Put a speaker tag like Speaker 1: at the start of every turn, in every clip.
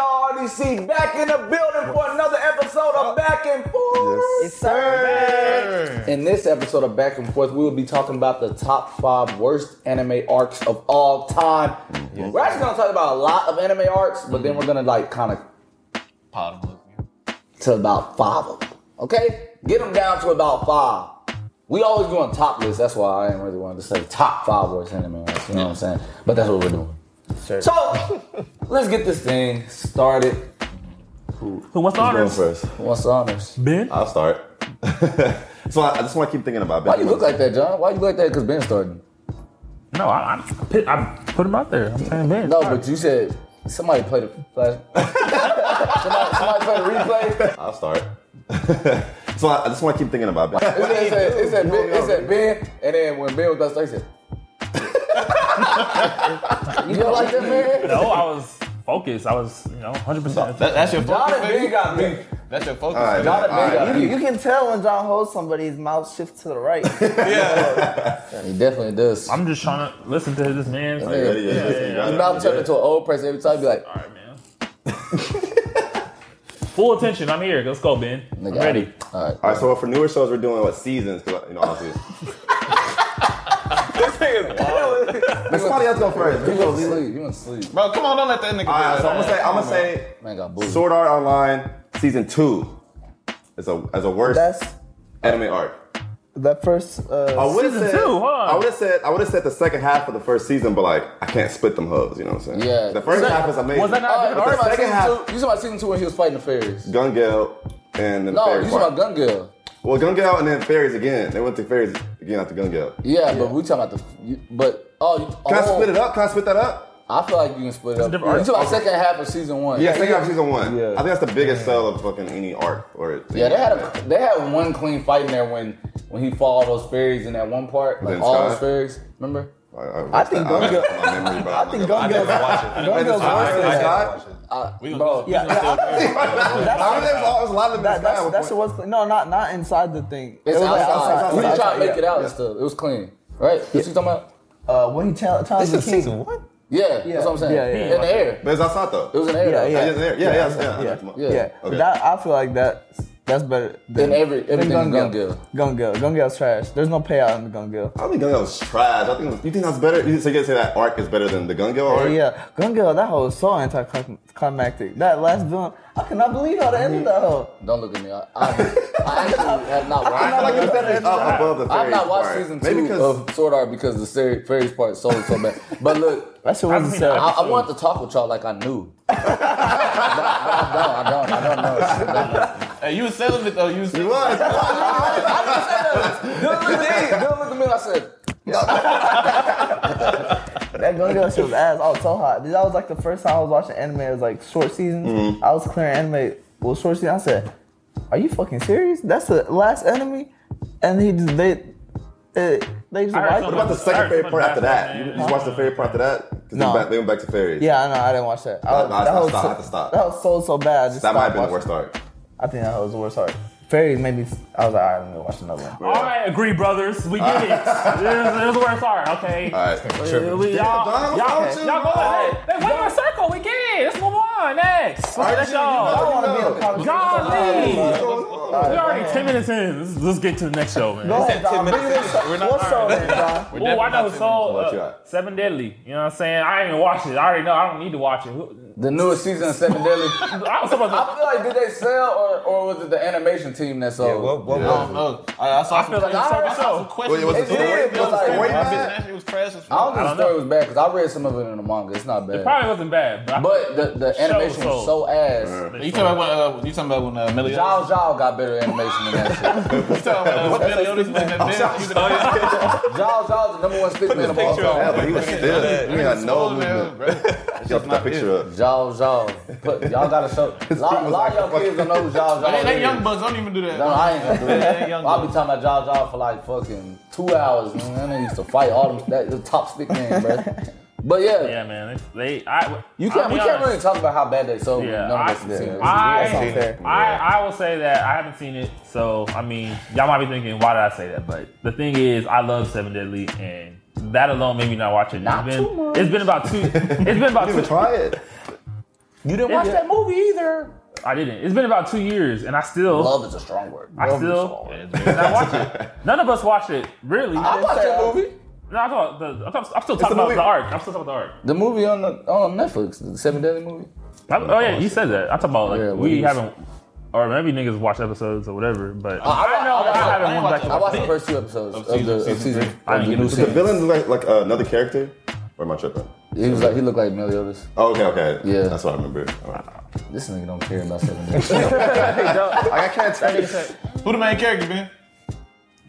Speaker 1: RCC back in the building for another episode of Back and Forth.
Speaker 2: Yes, sir.
Speaker 1: In this episode of Back and Forth, we will be talking about the top five worst anime arcs of all time. We're actually gonna talk about a lot of anime arcs, but then we're gonna like kind of to about five of them. Okay, get them down to about five. We always doing top lists. That's why I didn't really want to say top five worst anime arcs. You know what I'm saying? But that's what we're doing. So let's get this thing started.
Speaker 3: Who wants the
Speaker 2: Going
Speaker 3: honors?
Speaker 2: first.
Speaker 1: What's the honors?
Speaker 3: Ben?
Speaker 2: I'll start. so I, I just want to keep thinking about.
Speaker 1: Why you look like that, John? Why you look like that? Because Ben started.
Speaker 3: No, I, I, put, I put him out there. I'm saying Ben.
Speaker 1: No, but you said somebody played the flash. somebody, somebody played the replay.
Speaker 2: I'll start. so I, I just want to keep thinking about.
Speaker 1: It said, it said, it said, ben, it said Ben, and then when Ben was about to start, he said, "You don't like that, man?"
Speaker 3: no, I was focused. I was, you know, 100%.
Speaker 4: That, that's your
Speaker 1: John
Speaker 4: focus.
Speaker 1: and Ben
Speaker 4: baby.
Speaker 1: got beef.
Speaker 4: That's your focus.
Speaker 2: All right,
Speaker 4: baby.
Speaker 1: John and Ben got
Speaker 5: You,
Speaker 1: beef.
Speaker 5: you can tell when John holds somebody, his mouth shifts to the right.
Speaker 1: He definitely does.
Speaker 3: I'm just trying to listen to this man.
Speaker 2: Yeah, yeah, yeah, yeah, you got
Speaker 1: His
Speaker 2: it.
Speaker 1: mouth turned into an old person every time. Be like,
Speaker 3: All right, man. Full attention. I'm here. Let's go, Ben. I'm
Speaker 1: Nigga,
Speaker 3: ready.
Speaker 1: "All right,
Speaker 2: All right, so for newer shows, we're doing what seasons? 'cause, you know, obviously. Let's somebody else go first.
Speaker 1: you
Speaker 2: All
Speaker 1: want to sleep? You want to sleep?
Speaker 4: Bro, come on, don't let that nigga. do
Speaker 2: right,
Speaker 4: that.
Speaker 2: so I'm gonna say I'm gonna say
Speaker 1: Man got bullied.
Speaker 2: Sword Art Online season two as a as a worst
Speaker 5: That's
Speaker 2: anime arc.
Speaker 5: that first.
Speaker 2: I
Speaker 5: Uh,
Speaker 2: would've
Speaker 3: Season two, hold on.
Speaker 2: I would have said I would have said the second half of the first season, but like I can't split them hoes. You know what I'm saying?
Speaker 1: Yeah.
Speaker 2: The
Speaker 1: Was
Speaker 2: first
Speaker 1: that-
Speaker 2: half is amazing.
Speaker 3: was that not-
Speaker 1: All right,
Speaker 3: But
Speaker 1: you
Speaker 2: the
Speaker 1: talking about
Speaker 2: second
Speaker 1: season
Speaker 2: half-
Speaker 1: two? You talking about season two when he was fighting the fairies?
Speaker 2: Gun Gale and then the
Speaker 1: No,
Speaker 2: fairy
Speaker 1: you talking
Speaker 2: part.
Speaker 1: about Gun Girl.
Speaker 2: Well, Gun Gale and then Fairies again. They went to Fairies again after Gun Gale.
Speaker 1: Yeah, but we talking about the. you- But oh, you,
Speaker 2: Can I
Speaker 1: oh,
Speaker 2: split it up? Can I split that up?
Speaker 1: I feel like you can split it up. You
Speaker 3: different arc.
Speaker 1: talking about second half of season one?
Speaker 2: Yeah, second half of season one.
Speaker 1: Yeah.
Speaker 2: I think that's the biggest sell of fucking any arc or
Speaker 1: Yeah, they had a, they had one clean fight in there when when he fought all those fairies in that one part, like
Speaker 2: Then
Speaker 1: all
Speaker 2: Sky?
Speaker 1: those fairies. Remember?
Speaker 2: I, I,
Speaker 5: I think Gun Gale-
Speaker 2: My memory, bro.
Speaker 5: I think Gun Girl's Gun Girl's worse than
Speaker 2: I-
Speaker 5: that.
Speaker 4: We gonna-
Speaker 1: Bro,
Speaker 5: Yeah, yeah, I-
Speaker 2: I mean, there's a- there's a lot of them
Speaker 5: that-
Speaker 2: in the sky
Speaker 5: that's
Speaker 2: with-
Speaker 5: that's the worst. thing. No, not not inside the thing.
Speaker 1: it's
Speaker 5: It was, like,
Speaker 1: outside.
Speaker 2: outside,
Speaker 1: We didn't try to
Speaker 2: outside,
Speaker 1: make it out
Speaker 2: yeah.
Speaker 1: and stuff. It was clean, right? That's what you talking about?
Speaker 5: Uh, when he tell tells the king.
Speaker 4: what?
Speaker 1: Yeah, that's what I'm saying.
Speaker 5: Yeah, yeah, yeah.
Speaker 1: In the air,
Speaker 2: But it's outside though.
Speaker 1: it was in the air.
Speaker 5: Yeah,
Speaker 1: though.
Speaker 2: Yeah, it's in the air. yeah, yeah, it's- yeah. I know
Speaker 5: Yeah,
Speaker 2: what
Speaker 1: Yeah.
Speaker 2: you're
Speaker 5: yeah.
Speaker 2: talking about.
Speaker 5: But
Speaker 2: Okay.
Speaker 5: That I feel like that's that's better than,
Speaker 1: Than every- everything Gun
Speaker 5: than Gun
Speaker 1: Gale.
Speaker 5: Girl. Gun Girl. Gun Girl's trash. There's no payout in the Gun Girl.
Speaker 2: I don't think Gun Gale was trash. I think it was- you think that's better. You so you gonna say that arc is better than the Gun Gale arc?
Speaker 5: Oh, Yeah, Gun Girl. That whole was so anticlimactic. That last villain, I cannot believe how the end of that whole.
Speaker 1: Don't look at me. I, I, I actually have not
Speaker 2: I feel
Speaker 1: watched.
Speaker 2: like it's better up above the
Speaker 1: I've
Speaker 2: fairies
Speaker 1: not watched
Speaker 2: part.
Speaker 1: season
Speaker 2: Maybe
Speaker 1: two
Speaker 2: because
Speaker 1: of Sword Art because the ser- fairies part sold so bad. But look,
Speaker 5: That shit
Speaker 3: I
Speaker 5: wasn't
Speaker 3: mean,
Speaker 5: sad.
Speaker 1: I, I wanted to talk with y'all like I knew. but I, but I don't. I don't. I don't know.
Speaker 4: Hey, you was celibate though. You was.
Speaker 2: it was.
Speaker 1: Don't look at me. Don't look at me. I said,
Speaker 5: That Gun Girl shit was ass. I was so hot. That was like the first time I was watching anime. It was like short seasons.
Speaker 2: Mm-hmm.
Speaker 5: I was clearing anime. Well, short season. I said, "Are you fucking serious? That's the last enemy." And he just they, it, they just
Speaker 3: I heard
Speaker 5: like
Speaker 3: something
Speaker 2: What about the second
Speaker 3: Sorry,
Speaker 2: favorite part
Speaker 3: but
Speaker 2: after
Speaker 3: that's
Speaker 2: that?
Speaker 3: not
Speaker 2: You, you
Speaker 3: bad.
Speaker 2: just watched the favorite part after that? 'Cause they
Speaker 5: No.
Speaker 2: back- they went back to fairies.
Speaker 5: Yeah, I know. I didn't watch that. I,
Speaker 2: No, no, I
Speaker 5: that
Speaker 2: stopped,
Speaker 5: was
Speaker 2: stopped,
Speaker 5: so-
Speaker 2: I had to stop.
Speaker 5: That was so so bad. I just
Speaker 2: That might have been the
Speaker 5: stopped
Speaker 2: worst
Speaker 5: watching.
Speaker 2: arc.
Speaker 5: I think that was the worst. Sorry, Fairy made me. I was like, all right, let me watch another one.
Speaker 3: All right, agree, brothers. We get it. There's, there's where it's hard. Okay.
Speaker 2: All right.
Speaker 3: We,
Speaker 2: Don,
Speaker 3: y'all,
Speaker 2: what's
Speaker 3: y'all, y'all,
Speaker 2: wrong with you?
Speaker 3: go ahead. Hey, wait your circle. We get it. Let's move on. Next.
Speaker 2: All right,
Speaker 3: Let's
Speaker 2: you- you
Speaker 5: I
Speaker 3: y'all.
Speaker 5: don't want to be in
Speaker 2: No.
Speaker 5: a conversation.
Speaker 3: Y'all leave.
Speaker 2: All
Speaker 3: We're
Speaker 2: right.
Speaker 3: already 10 minutes in. Let's, let's get to the next show, man.
Speaker 5: Go ahead,
Speaker 4: ten
Speaker 5: Don.
Speaker 4: minutes
Speaker 5: Bring this up.
Speaker 4: We're not-
Speaker 5: What's up,
Speaker 4: all
Speaker 5: man, Don?
Speaker 4: We're
Speaker 3: Oh, I know
Speaker 4: definitely
Speaker 3: who
Speaker 4: not
Speaker 3: sold
Speaker 2: What you
Speaker 3: uh,
Speaker 2: got?
Speaker 3: Seven Deadly. You know what I'm saying? I didn't even watch it. I already know. I don't need to watch it. Who-
Speaker 1: the newest season of Seven Deadly. I
Speaker 3: I was supposed to.
Speaker 1: feel like did they sell or, or was it the animation team that sold?
Speaker 4: what, I don't know. Oh, I, I saw.
Speaker 3: I feel like you
Speaker 1: I
Speaker 3: sold
Speaker 1: heard
Speaker 3: the
Speaker 1: something.
Speaker 3: show.
Speaker 4: questions.
Speaker 2: Wait, what's
Speaker 1: the story?
Speaker 4: It
Speaker 1: What's the
Speaker 4: My
Speaker 1: story?
Speaker 4: bitch actually was trash
Speaker 1: I
Speaker 4: as
Speaker 1: don't
Speaker 4: fuck.
Speaker 1: think the
Speaker 3: don't
Speaker 1: story was bad because I read some of it in the manga. It's not bad.
Speaker 3: Probably wasn't bad, but, I-
Speaker 1: but the, the animation was
Speaker 3: sold.
Speaker 1: so ass.
Speaker 4: You talking about when? Uh, you talking about when uh, Meliodas?
Speaker 1: Zhao Zhao got better animation than that shit.
Speaker 4: You talking about uh, when Meliodas was in that bitch? You know, yeah.
Speaker 1: Zhao Zhao's the number one stick man of all
Speaker 4: picture up.
Speaker 1: time.
Speaker 2: Yeah, but he was still. He had no
Speaker 4: Swollen ass,
Speaker 2: movement.
Speaker 4: bro.
Speaker 2: He put that picture up.
Speaker 1: Zhao Zhao. Put, y'all gotta show. A lot,
Speaker 2: feet was
Speaker 1: lot of
Speaker 2: like-
Speaker 1: y'all kids don't know who Zhao
Speaker 4: But
Speaker 1: Zhao
Speaker 4: they, they
Speaker 1: is.
Speaker 4: young bucks don't even do that.
Speaker 1: No, I ain't gonna do
Speaker 4: They
Speaker 1: that.
Speaker 4: ain't young
Speaker 1: I'll be talking about Jaw Jaw for like fucking two hours. Man, that nigga used to fight all them. That the top stick man, bro. But yeah,
Speaker 3: Yeah, man. They, they- I,
Speaker 1: you can't.
Speaker 3: I'll be
Speaker 1: We can't
Speaker 3: honest.
Speaker 1: really talk about how bad they sold.
Speaker 3: Yeah,
Speaker 1: Yeah, none
Speaker 3: I-
Speaker 1: of us have seen it.
Speaker 3: I,
Speaker 5: unfair.
Speaker 3: I, I will say that I haven't seen it, so I mean, y'all might be thinking, why did I say that? But the thing is, I love Seven Deadly, and that alone made me not watch it.
Speaker 1: Not
Speaker 3: it's been,
Speaker 1: too much.
Speaker 3: It's been about two. It's been about
Speaker 2: You didn't even
Speaker 3: two.
Speaker 2: try it.
Speaker 1: You didn't watch that movie either.
Speaker 3: I didn't. It's been about two years, and I still,
Speaker 1: Love is a strong word.
Speaker 3: I still, and I watch it. None of us watch it, really.
Speaker 1: I watched that movie.
Speaker 3: no, I thought the, I thought, I'm still talking about
Speaker 2: movie.
Speaker 3: the arc. I'm still talking about
Speaker 1: The movie on the on Netflix, the Seven Deadly movie.
Speaker 3: the arc. I- oh yeah, you said that. I talk about like
Speaker 1: Yeah,
Speaker 3: we
Speaker 1: we-
Speaker 3: haven't, or maybe niggas watch episodes or whatever. But
Speaker 1: Uh, I-
Speaker 3: I, know
Speaker 1: I-
Speaker 3: I,
Speaker 1: I-
Speaker 3: haven't
Speaker 4: I-
Speaker 3: went back to
Speaker 1: I
Speaker 3: watch.
Speaker 1: watched the first two episodes of,
Speaker 4: season-
Speaker 1: the of
Speaker 4: season
Speaker 1: season.
Speaker 4: three.
Speaker 1: of
Speaker 3: I
Speaker 1: the
Speaker 3: didn't
Speaker 1: new
Speaker 3: get
Speaker 2: The
Speaker 1: season.
Speaker 2: villain look like, like uh, another character? Or am I tripping?
Speaker 1: He was like he looked like Meliodas.
Speaker 2: Oh, okay, okay.
Speaker 1: Yeah.
Speaker 2: That's what I remember. All right.
Speaker 1: This nigga don't care about Seven Deadly.
Speaker 2: Like, I can't tell you.
Speaker 4: Who the main character been?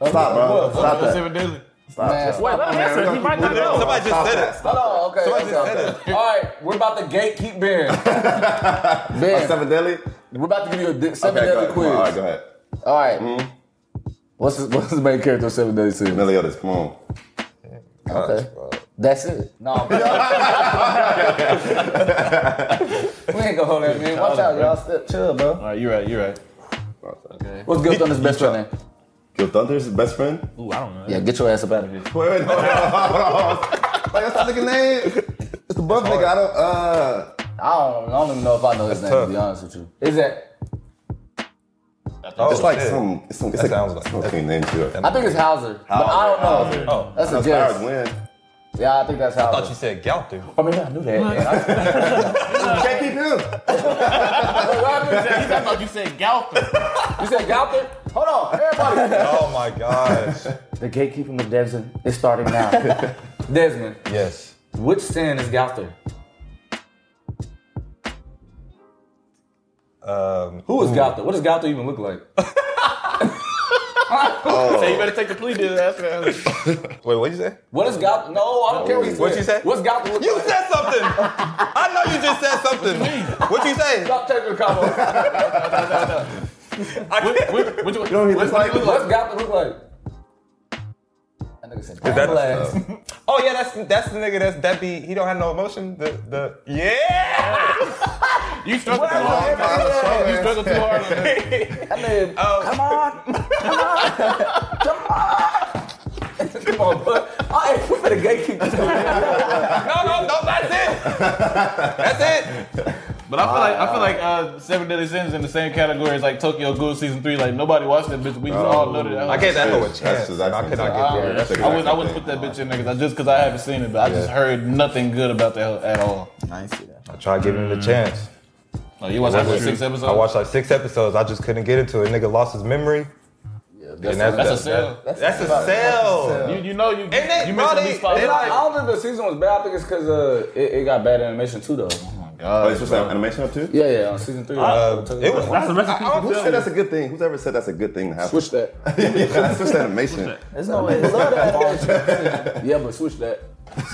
Speaker 2: Stop, bro. Stop that.
Speaker 4: Seven Deadly.
Speaker 1: Man,
Speaker 3: Wait, let him answer. He might not know.
Speaker 6: Somebody just said it.
Speaker 1: Oh, okay.
Speaker 6: Somebody
Speaker 1: okay,
Speaker 6: just
Speaker 1: okay.
Speaker 6: said
Speaker 1: All right, we're about to gatekeep Ben.
Speaker 2: Uh,
Speaker 1: ben,
Speaker 2: Seven Deadly?
Speaker 1: we're about to give you a di- seven
Speaker 2: Okay, go
Speaker 1: deadly
Speaker 2: ahead. Come
Speaker 1: quiz.
Speaker 2: on, All right, go
Speaker 1: All
Speaker 2: ahead.
Speaker 1: right. What's his, what's his main character of Seven Deadly Sins?
Speaker 2: Meliodas, come on.
Speaker 1: Okay. That's it. No. I'm- we ain't gonna hold that man. Watch out, y'all. Step, chill, bro.
Speaker 4: All right, you're right. You're right.
Speaker 1: What's Gil Thunder's best friend name?
Speaker 2: Gil Thunder's best friend?
Speaker 3: Ooh, I don't know.
Speaker 1: Yeah, get your ass up out of here.
Speaker 2: Wait, wait, hold on, hold on, hold on. Like, that's the nigga name. It's the buff nigga. I don't, uh.
Speaker 1: I don't, I don't even know if I know his name. To be honest with you, is that?
Speaker 6: Oh,
Speaker 2: It's like
Speaker 6: shit.
Speaker 2: some, it's some, it's
Speaker 6: That
Speaker 2: like,
Speaker 6: sounds like-
Speaker 2: some clean name to it.
Speaker 1: I think it's Hauser, but I don't know.
Speaker 6: Oh,
Speaker 1: That's a
Speaker 2: That's Howard
Speaker 1: guess.
Speaker 2: Wynn.
Speaker 1: Yeah, I think that's
Speaker 6: I thought you
Speaker 1: Hauser.
Speaker 6: said Galter.
Speaker 1: I mean, I knew that. man. I-
Speaker 2: Can't keep him.
Speaker 1: What happened?
Speaker 4: I thought you said Galpin.
Speaker 1: You said Galpin? Hold on, everybody.
Speaker 6: Oh my gosh.
Speaker 1: the gatekeeping of Desmond is starting now. Desmond,
Speaker 6: yes.
Speaker 1: which sin is Galpin?
Speaker 6: Um,
Speaker 1: Who is Galpin? What does Galpin even look like?
Speaker 2: Oh.
Speaker 4: Say you better take the plea deal after that.
Speaker 6: wait, what'd you say?
Speaker 1: What is Galpin? No, I don't care what he said.
Speaker 6: What'd you say?
Speaker 1: What's Galpin look
Speaker 6: You
Speaker 1: like?
Speaker 6: said something. I know you just said something. What you say?
Speaker 1: Stop taking the combo.
Speaker 6: I can't-
Speaker 4: Which, which, which,
Speaker 2: You know what he looks like?
Speaker 1: What's Galpin look like? That nigga said
Speaker 6: that-
Speaker 1: black.
Speaker 6: oh yeah, that's that's the nigga that's that be he don't have no emotion. The the yeah.
Speaker 4: you struggled too
Speaker 6: Well,
Speaker 4: hard.
Speaker 6: yeah.
Speaker 4: You struggled too hard. on that.
Speaker 1: That nigga,
Speaker 6: Oh,
Speaker 1: come on, bud. I ain't for the gatekeepers.
Speaker 6: no no no, that's it. That's it.
Speaker 4: But I feel like I feel like uh, Seven Deadly Sins in the same category as like Tokyo Ghoul season three. Like nobody watched that bitch. We just all know that.
Speaker 6: I gave that hoe a
Speaker 2: That's
Speaker 6: chance.
Speaker 2: his
Speaker 6: I
Speaker 2: accent.
Speaker 6: could not get there.
Speaker 2: that's the
Speaker 4: I would I
Speaker 2: exact
Speaker 4: wouldn't
Speaker 2: thing.
Speaker 4: put that bitch in there 'cause I just because I haven't seen it, but I just heard nothing good about that hoe at all.
Speaker 6: I tried giving him the chance.
Speaker 4: Like, you watched like what, six episodes.
Speaker 6: I watched like six episodes. I just couldn't get into it. Nigga lost his memory. and that's,
Speaker 4: That's a
Speaker 6: that's,
Speaker 4: sale.
Speaker 6: that's, a sale.
Speaker 4: You, you know you
Speaker 6: they-
Speaker 4: you
Speaker 6: bro,
Speaker 4: missed at
Speaker 6: they-
Speaker 4: least five.
Speaker 6: they
Speaker 4: episodes.
Speaker 1: I don't think the season was bad. I think it's because uh, it, it got bad animation too, though.
Speaker 2: Oh, it's just an animation up too?
Speaker 1: Yeah, yeah, on season three.
Speaker 6: Uh, it was.
Speaker 3: That's a recipe
Speaker 6: I- I-
Speaker 2: Who said that's a good thing? Who's ever said that's a good thing to happen?
Speaker 1: Switch that.
Speaker 2: yeah, switch the animation.
Speaker 5: There's no way. Love that bullshit.
Speaker 1: Yeah, but switch that.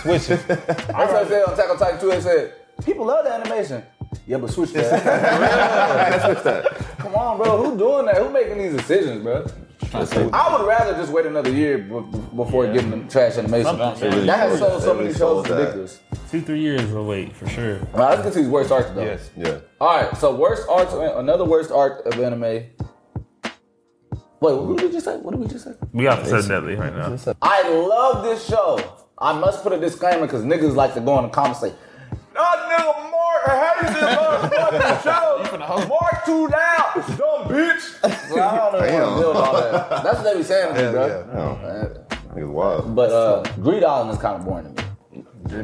Speaker 6: Switch it.
Speaker 1: That's what I said on Attack on Titan 2. They said, people love the animation. Yeah, but switch that.
Speaker 2: switch that.
Speaker 1: Come on, bro. Who doing that? Who making these decisions, bro? I would rather just wait another year b- b- before giving them trash animation.
Speaker 3: Something, yeah.
Speaker 1: That has sold so
Speaker 2: They
Speaker 1: many
Speaker 2: really
Speaker 1: shows
Speaker 2: sold that.
Speaker 1: ridiculous.
Speaker 3: two, three years of wait for sure.
Speaker 1: All right, let's get to these worst arcs, though.
Speaker 6: Yes.
Speaker 2: Yeah.
Speaker 1: All right, so worst arc, another worst arc of anime. Wait, what did we just say? What did we just say?
Speaker 3: We got so deadly right now.
Speaker 1: I love this show. I must put a disclaimer because niggas like to go in the comments and say, I knew Mark hated this motherfucking show. Mark two down, dumb bitch. So I don't know
Speaker 2: Damn.
Speaker 1: wanna build all that. That's what they be saying to me, bro.
Speaker 2: Damn.
Speaker 1: Uh,
Speaker 2: Nigga's wild.
Speaker 1: But uh, Greed Island is kind of boring to me.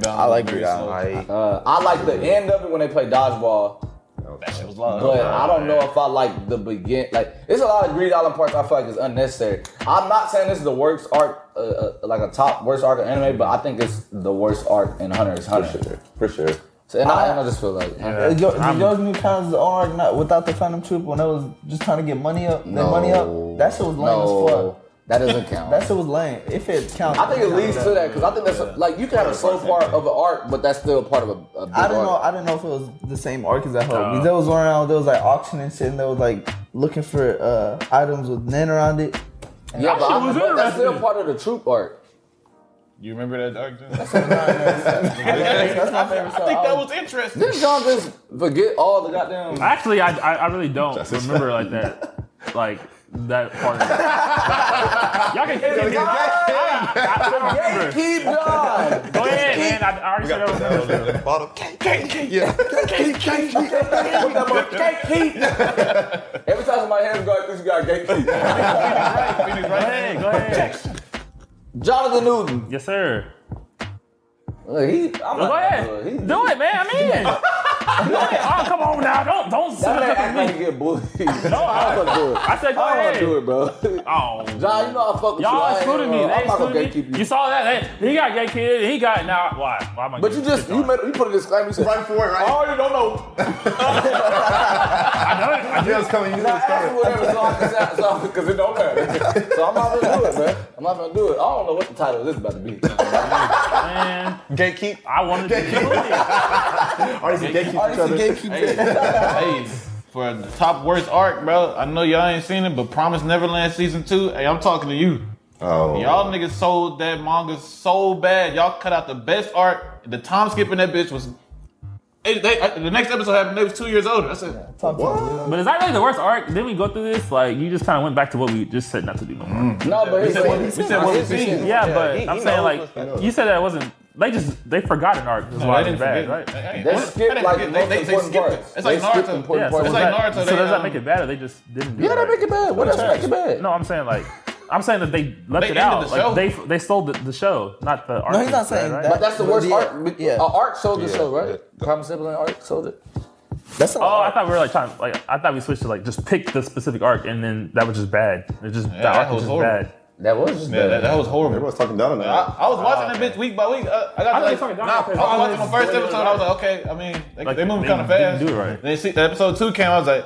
Speaker 4: I like Green
Speaker 6: I,
Speaker 1: Uh, I like the end of it when they play dodgeball,
Speaker 4: It was long.
Speaker 1: but I don't know if I like the begin. Like, it's a lot of Greed Island parts I feel like is unnecessary. I'm not saying this is the worst arc, uh, uh, like a top worst arc of anime, but I think it's the worst arc in Hunter is Hunter.
Speaker 2: For sure.
Speaker 1: So, and I, I just feel like
Speaker 5: Yo, did yours new kinds of the own arc not without the Phantom Troop when they was just trying to get money up, their money up. That shit was lame as fuck.
Speaker 1: That doesn't count.
Speaker 5: That shit was lame. If it counts,
Speaker 1: I think it leads to that because I think that's like you can have a slow part of an arc, but that's still part of a, a big
Speaker 5: I didn't know.
Speaker 1: arc.
Speaker 5: I didn't know if it was the same arc as that whole.
Speaker 3: Nah.
Speaker 5: They was going around. There was like auctioning shit, and they was like looking for uh, items with Nen around it.
Speaker 1: Yeah, but,
Speaker 3: shit
Speaker 1: I-
Speaker 3: was
Speaker 1: but that's
Speaker 3: interesting.
Speaker 1: still part of the troop arc.
Speaker 4: You remember that arc? Jim? I
Speaker 5: That's my favorite. song.
Speaker 4: think that was interesting.
Speaker 1: Didn't y'all just forget all the goddamn?
Speaker 3: Actually, I, I, I really don't remember like that. Like that part. Of it. Y'all can get it. I, I, I don't remember.
Speaker 1: Keep going.
Speaker 3: Go ahead, man. I, I already said I don't remember.
Speaker 6: Bottom.
Speaker 2: Yeah.
Speaker 1: Gatekeep. Every time somebody hands go like this, you got gatekeep.
Speaker 3: Go ahead, go ahead.
Speaker 1: Jonathan Newton.
Speaker 3: Yes, sir.
Speaker 1: Look, he, I'm
Speaker 3: Go
Speaker 1: not-
Speaker 3: ahead.
Speaker 1: Uh, he-
Speaker 3: Do it, man. I'm in. Go ahead. Oh, come on now. Don't don't sit
Speaker 1: That man
Speaker 3: up
Speaker 1: act
Speaker 3: at
Speaker 1: like
Speaker 3: me.
Speaker 1: he get bullied.
Speaker 3: No,
Speaker 1: I don't
Speaker 3: I,
Speaker 1: wanna do it.
Speaker 3: I said go
Speaker 1: I don't wanna
Speaker 3: ahead.
Speaker 1: do it, bro.
Speaker 3: Oh.
Speaker 1: John, you know I fuck with you. I
Speaker 3: Y'all
Speaker 1: ain't
Speaker 3: excluded me.
Speaker 1: gonna-
Speaker 3: They
Speaker 1: I'm not gonna
Speaker 3: excluded
Speaker 1: gatekeep
Speaker 3: me.
Speaker 1: you.
Speaker 3: You saw that? They, he got gay kid. He got now. Why? Why am I?
Speaker 1: But you
Speaker 3: getting
Speaker 1: just
Speaker 3: shit
Speaker 1: you,
Speaker 3: on?
Speaker 1: made, you put a disclaimer. You said,
Speaker 2: Right for it, right?
Speaker 1: "Oh, you don't know."
Speaker 3: I know. it. I
Speaker 2: You knew it
Speaker 3: just,
Speaker 2: was coming. You knew it
Speaker 1: Now,
Speaker 2: was
Speaker 1: ask me
Speaker 2: coming.
Speaker 1: whatever song it sounds so, because it don't matter. So I'm not gonna do it, man. I'm not gonna do it. I don't know what the title of this about to be.
Speaker 3: man,
Speaker 6: Gatekeep.
Speaker 3: I wanted to keep it.
Speaker 2: Artists and gatekeep each other.
Speaker 4: Hey, hey, for the top worst arc, bro. I know y'all ain't seen it, but Promise Neverland season two. Hey, I'm talking to you.
Speaker 2: Oh.
Speaker 4: Y'all niggas sold that manga so bad. Y'all cut out the best arc. The time skip in that bitch was. It, they, I- the next episode happened. They was two years older. That's it.
Speaker 2: What?
Speaker 3: But is that really the worst arc? Then we go through this. Like you just kind of went back to what we just said not to do no more.
Speaker 1: No, but
Speaker 4: We said what we
Speaker 1: he's
Speaker 4: said. What we
Speaker 1: he's-
Speaker 4: seen.
Speaker 3: Yeah, but
Speaker 6: he-
Speaker 3: I'm
Speaker 6: he
Speaker 3: saying
Speaker 6: knows
Speaker 3: like
Speaker 6: what's going
Speaker 3: you said that it wasn't. They just they forgot an arc. That's
Speaker 4: No,
Speaker 3: why it
Speaker 4: they
Speaker 3: was
Speaker 4: didn't
Speaker 3: bad, right?
Speaker 4: forget. Hey,
Speaker 1: They
Speaker 4: what?
Speaker 1: skipped,
Speaker 4: They
Speaker 1: like,
Speaker 4: forget-
Speaker 1: most
Speaker 4: they- they- they
Speaker 1: important
Speaker 4: skipped
Speaker 1: parts.
Speaker 4: it. It's
Speaker 1: They
Speaker 4: like
Speaker 1: skipped
Speaker 4: Naruto.
Speaker 1: important
Speaker 3: Yeah, so,
Speaker 1: parts.
Speaker 3: was
Speaker 4: It's
Speaker 3: that-
Speaker 4: like Naruto,
Speaker 3: so
Speaker 4: they,
Speaker 3: does that
Speaker 4: um,
Speaker 3: make it better? They just didn't. Do
Speaker 1: Yeah, that
Speaker 3: right.
Speaker 1: make it bad. What else make it bad?
Speaker 3: No, I'm saying like I'm saying that they left
Speaker 4: They
Speaker 3: it
Speaker 4: ended
Speaker 3: out.
Speaker 4: the show.
Speaker 3: like they they sold the, the show, not the arc.
Speaker 5: No, he's not saying
Speaker 3: right?
Speaker 5: that.
Speaker 1: That's the
Speaker 5: But
Speaker 1: worst
Speaker 5: yeah,
Speaker 1: arc.
Speaker 5: yeah.
Speaker 1: Yeah. Arc sold the
Speaker 2: Yeah,
Speaker 1: show, right?
Speaker 2: yeah.
Speaker 1: Promise Neverland arc sold it.
Speaker 5: That's not.
Speaker 3: Oh, I thought we were like trying. Like I thought we switched to like just pick the specific arc, and then that was just bad. It just that
Speaker 4: that
Speaker 3: arc was
Speaker 4: was
Speaker 3: just
Speaker 4: horrible.
Speaker 3: bad.
Speaker 1: That was just
Speaker 4: Yeah, that,
Speaker 1: bad.
Speaker 4: that was horrible.
Speaker 2: Everyone's talking down on
Speaker 4: I,
Speaker 2: that.
Speaker 4: I was watching that bitch week by week. Uh, I got
Speaker 3: I
Speaker 4: to
Speaker 3: thought you
Speaker 4: like,
Speaker 3: were talking
Speaker 4: nah,
Speaker 3: down
Speaker 4: I
Speaker 3: on
Speaker 4: was
Speaker 3: that.
Speaker 4: watching the first episode. I was like, okay. I mean, they,
Speaker 3: Like,
Speaker 4: they moving
Speaker 3: they
Speaker 4: kind of fast.
Speaker 3: didn't do it right.
Speaker 4: Then see, the episode two came. I was like,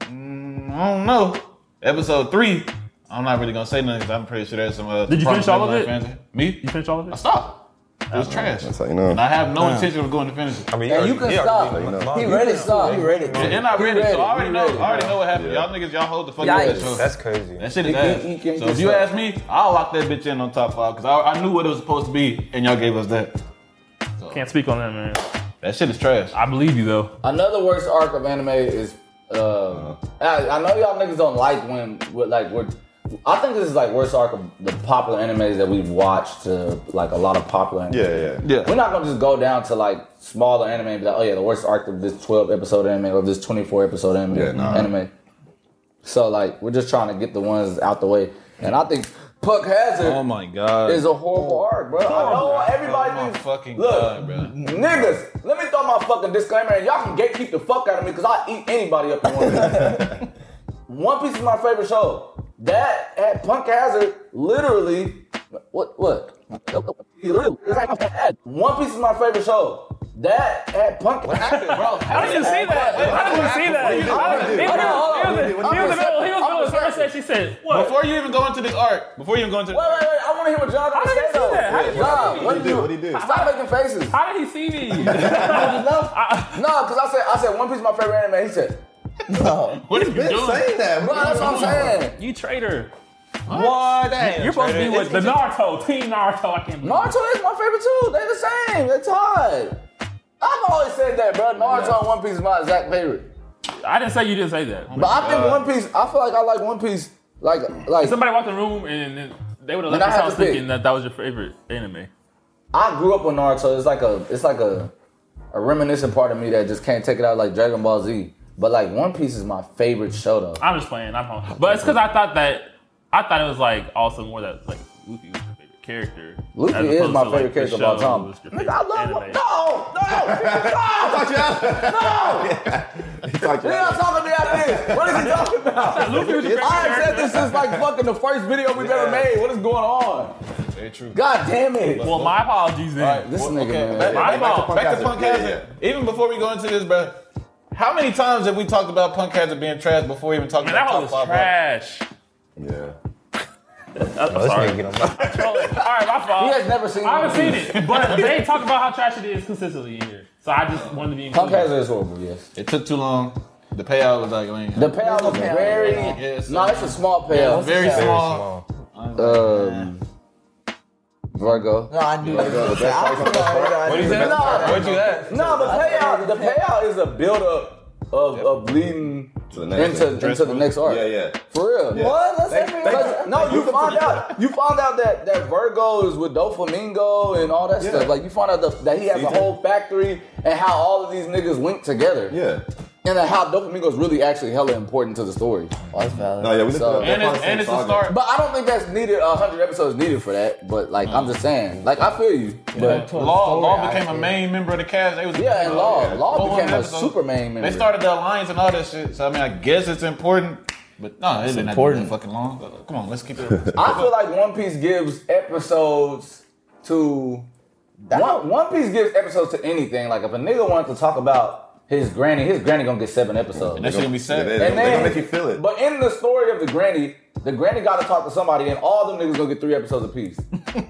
Speaker 4: mm, I don't know. Episode three, I'm not really gonna say nothing because I'm pretty sure there's some. Uh,
Speaker 3: Did you finish all of
Speaker 4: Promised Neverland Fans. Me?
Speaker 3: You finish all of
Speaker 4: I
Speaker 3: it?
Speaker 4: stopped. It was trash.
Speaker 2: That's how you know.
Speaker 4: And I have no intention of going to finish it.
Speaker 6: I mean,
Speaker 1: And you can stop.
Speaker 2: know.
Speaker 1: He read it. Stop. He read it.
Speaker 4: And I
Speaker 1: He
Speaker 4: read it, so I
Speaker 1: He
Speaker 4: already know.
Speaker 1: read it.
Speaker 4: I already know what happened.
Speaker 2: Yeah.
Speaker 4: Y'all niggas, y'all hold the fuck
Speaker 5: Yikes.
Speaker 4: up. that show.
Speaker 6: That's crazy.
Speaker 4: That shit
Speaker 1: He
Speaker 4: is
Speaker 1: can't-
Speaker 4: ass.
Speaker 1: he can't
Speaker 4: So
Speaker 1: get
Speaker 4: if you
Speaker 1: stuck.
Speaker 4: ask me, I'll lock that bitch in on top five because I, I knew what it was supposed to be, and y'all gave us that.
Speaker 3: Can't speak on that, man.
Speaker 4: That shit is trash.
Speaker 3: I believe you though.
Speaker 1: Another worst arc of anime is
Speaker 4: Uh-huh.
Speaker 1: uh, I, I know y'all niggas don't like when we're, like we're. I think this is like worst arc of the popular animes that we've watched to like a lot of popular. Animes.
Speaker 2: Yeah, yeah.
Speaker 1: We're not gonna just go down to like smaller anime and be like, oh yeah, the worst arc of this 12 episode anime or this 24 episode anime.
Speaker 2: Yeah, nah.
Speaker 1: anime. So like, we're just trying to get the ones out the way, and I think Puck Hazard
Speaker 4: Oh my god.
Speaker 1: is a horrible arc, bro. I know everybody
Speaker 4: Oh my
Speaker 1: thinks-
Speaker 4: fucking
Speaker 1: look,
Speaker 4: god, bro.
Speaker 1: Niggas, let me throw my fucking disclaimer and y'all can gatekeep the fuck out of me because I eat anybody up in one minute. one Piece is my favorite show. That at Punk Hazard literally what what? One Piece is my favorite show. That at Punk Hazard, bro.
Speaker 3: How did you see that? How did you see that? He was in- he was in- he was in the middle. He was in the middle of the conversation. She said, "What?"
Speaker 4: Before you even go into this arc, before you even go into
Speaker 1: Wait, wait, wait. I want to hear what John
Speaker 3: did
Speaker 1: said
Speaker 3: you do
Speaker 1: though.
Speaker 3: that? How did you
Speaker 1: John, what
Speaker 2: What
Speaker 1: did
Speaker 2: he do?
Speaker 1: you
Speaker 2: What he do?
Speaker 1: Stop making faces.
Speaker 3: How did he see me?
Speaker 1: No, because I said I said One Piece is my favorite anime. He said,
Speaker 4: what are you doing?
Speaker 2: Saying that,
Speaker 1: bro, that's what I'm saying.
Speaker 3: You traitor.
Speaker 6: What? Damn.
Speaker 3: You're supposed to be
Speaker 6: Trader.
Speaker 3: with the Naruto, Team Naruto. I can't believe
Speaker 1: Naruto is my favorite too. They're the same. They're tied. I've always said that, bro. Naruto and One Piece is my exact favorite.
Speaker 3: I didn't say you didn't say that.
Speaker 1: But I think One Piece. I feel like I like One Piece. Like, like
Speaker 3: Somebody walked in the room and then they would have
Speaker 1: Then
Speaker 3: left
Speaker 1: I
Speaker 3: the
Speaker 1: had
Speaker 3: house
Speaker 1: to pick.
Speaker 3: thinking that that was your favorite anime.
Speaker 1: I grew up with Naruto. It's like a, it's like a, a reminiscent part of me that just can't take it out, like Dragon Ball Z. But like One Piece is my favorite show though.
Speaker 3: I'm just playing. I'm home. But it's because I thought that I thought it was like also more that like Luffy was your favorite character.
Speaker 1: Luffy
Speaker 3: as
Speaker 1: is
Speaker 3: opposed
Speaker 1: my
Speaker 3: to,
Speaker 1: favorite
Speaker 3: like, the
Speaker 1: character of all
Speaker 3: show
Speaker 1: time.
Speaker 3: was your
Speaker 1: Nigga,
Speaker 3: favorite
Speaker 1: I love one.
Speaker 3: anime.
Speaker 1: No, no, no, no. You're not talking me out of this. What is he talking about?
Speaker 3: Luffy was your favorite
Speaker 1: I have said
Speaker 3: character.
Speaker 1: this since like fucking the first video we've ever made. What is going on?
Speaker 4: Very true.
Speaker 1: God damn it.
Speaker 3: Well, my apologies then.
Speaker 1: This
Speaker 4: Well,
Speaker 1: nigga, man.
Speaker 4: Back,
Speaker 3: My
Speaker 4: back to-
Speaker 3: fault.
Speaker 4: back
Speaker 2: Punk
Speaker 4: to Punk
Speaker 2: Hazard.
Speaker 4: Hazard.
Speaker 2: Yeah,
Speaker 4: Even before we go into this, bro, how many times have we talked about Punk Hazard being trash before we even talked
Speaker 3: Man,
Speaker 4: about
Speaker 3: that was
Speaker 4: top five? arcs?
Speaker 3: trash.
Speaker 2: Yeah.
Speaker 3: Uh, I'm sorry.
Speaker 6: Get on my-
Speaker 3: All right, my
Speaker 1: He
Speaker 3: fault.
Speaker 1: has never seen
Speaker 3: I
Speaker 1: One
Speaker 3: haven't seen
Speaker 1: Piece.
Speaker 3: it, but they talk about how trash it is consistently in here. So I just wanted to be
Speaker 1: Punk
Speaker 3: included.
Speaker 1: Hazard is horrible, yes.
Speaker 4: It took too long. The payout was like, I mean,
Speaker 1: The payout was
Speaker 5: payout.
Speaker 1: very.
Speaker 4: Yeah, so-
Speaker 1: no, it's a small payout.
Speaker 4: very
Speaker 5: Yeah.
Speaker 4: small.
Speaker 1: um, Virgo.
Speaker 5: no, I knew. that was gonna say- I forgot that. I knew that.
Speaker 1: No,
Speaker 6: What'd you ask?
Speaker 1: no, the payout. The payout is a build up of, of leading
Speaker 2: to the next.
Speaker 1: into,
Speaker 2: thing.
Speaker 1: into the next arc.
Speaker 2: Yeah, yeah.
Speaker 1: For real.
Speaker 2: Yeah.
Speaker 5: What? That's
Speaker 2: Thank-
Speaker 5: every
Speaker 2: thank-
Speaker 5: other-
Speaker 1: No, you found out. You found out that that Virgo is with Doflamingo and all that
Speaker 2: Yeah.
Speaker 1: stuff. Like you found out the, that he has a
Speaker 2: Season.
Speaker 1: whole factory and how all of these niggas link together.
Speaker 2: Yeah.
Speaker 1: And then how Doflamingo is really actually hella important to the story.
Speaker 5: Oh, that's valid.
Speaker 2: No, yeah, we
Speaker 1: So-
Speaker 2: looked it up. That's
Speaker 4: And it's,
Speaker 2: why I said
Speaker 4: and it's a
Speaker 2: saga.
Speaker 4: start.
Speaker 1: But I don't think that's needed. A hundred episodes needed for that. But like
Speaker 4: Mm.
Speaker 1: I'm just saying, like I feel you. But
Speaker 5: Told the
Speaker 4: Law, Law
Speaker 5: story,
Speaker 4: became
Speaker 5: I
Speaker 4: a
Speaker 5: did.
Speaker 4: main member of the cast. They was
Speaker 1: yeah, and Law, Law
Speaker 4: Well,
Speaker 1: became a
Speaker 4: episode-
Speaker 1: super main member.
Speaker 4: They started the alliance and all that shit. So I mean, I guess it's important. But no, it didn't important.
Speaker 5: important.
Speaker 4: Have to be that fucking long. Come on, let's keep it.
Speaker 1: I feel like One Piece gives episodes to One, One Piece gives episodes to anything. Like if a nigga wanted to talk about his granny, his granny gonna get seven episodes.
Speaker 4: That shit gonna be
Speaker 2: Yeah,
Speaker 4: sad.
Speaker 2: they, they, they gonna make you feel it.
Speaker 1: But in the story of the granny, the granny got to talk to somebody, and all them niggas gonna get three episodes apiece.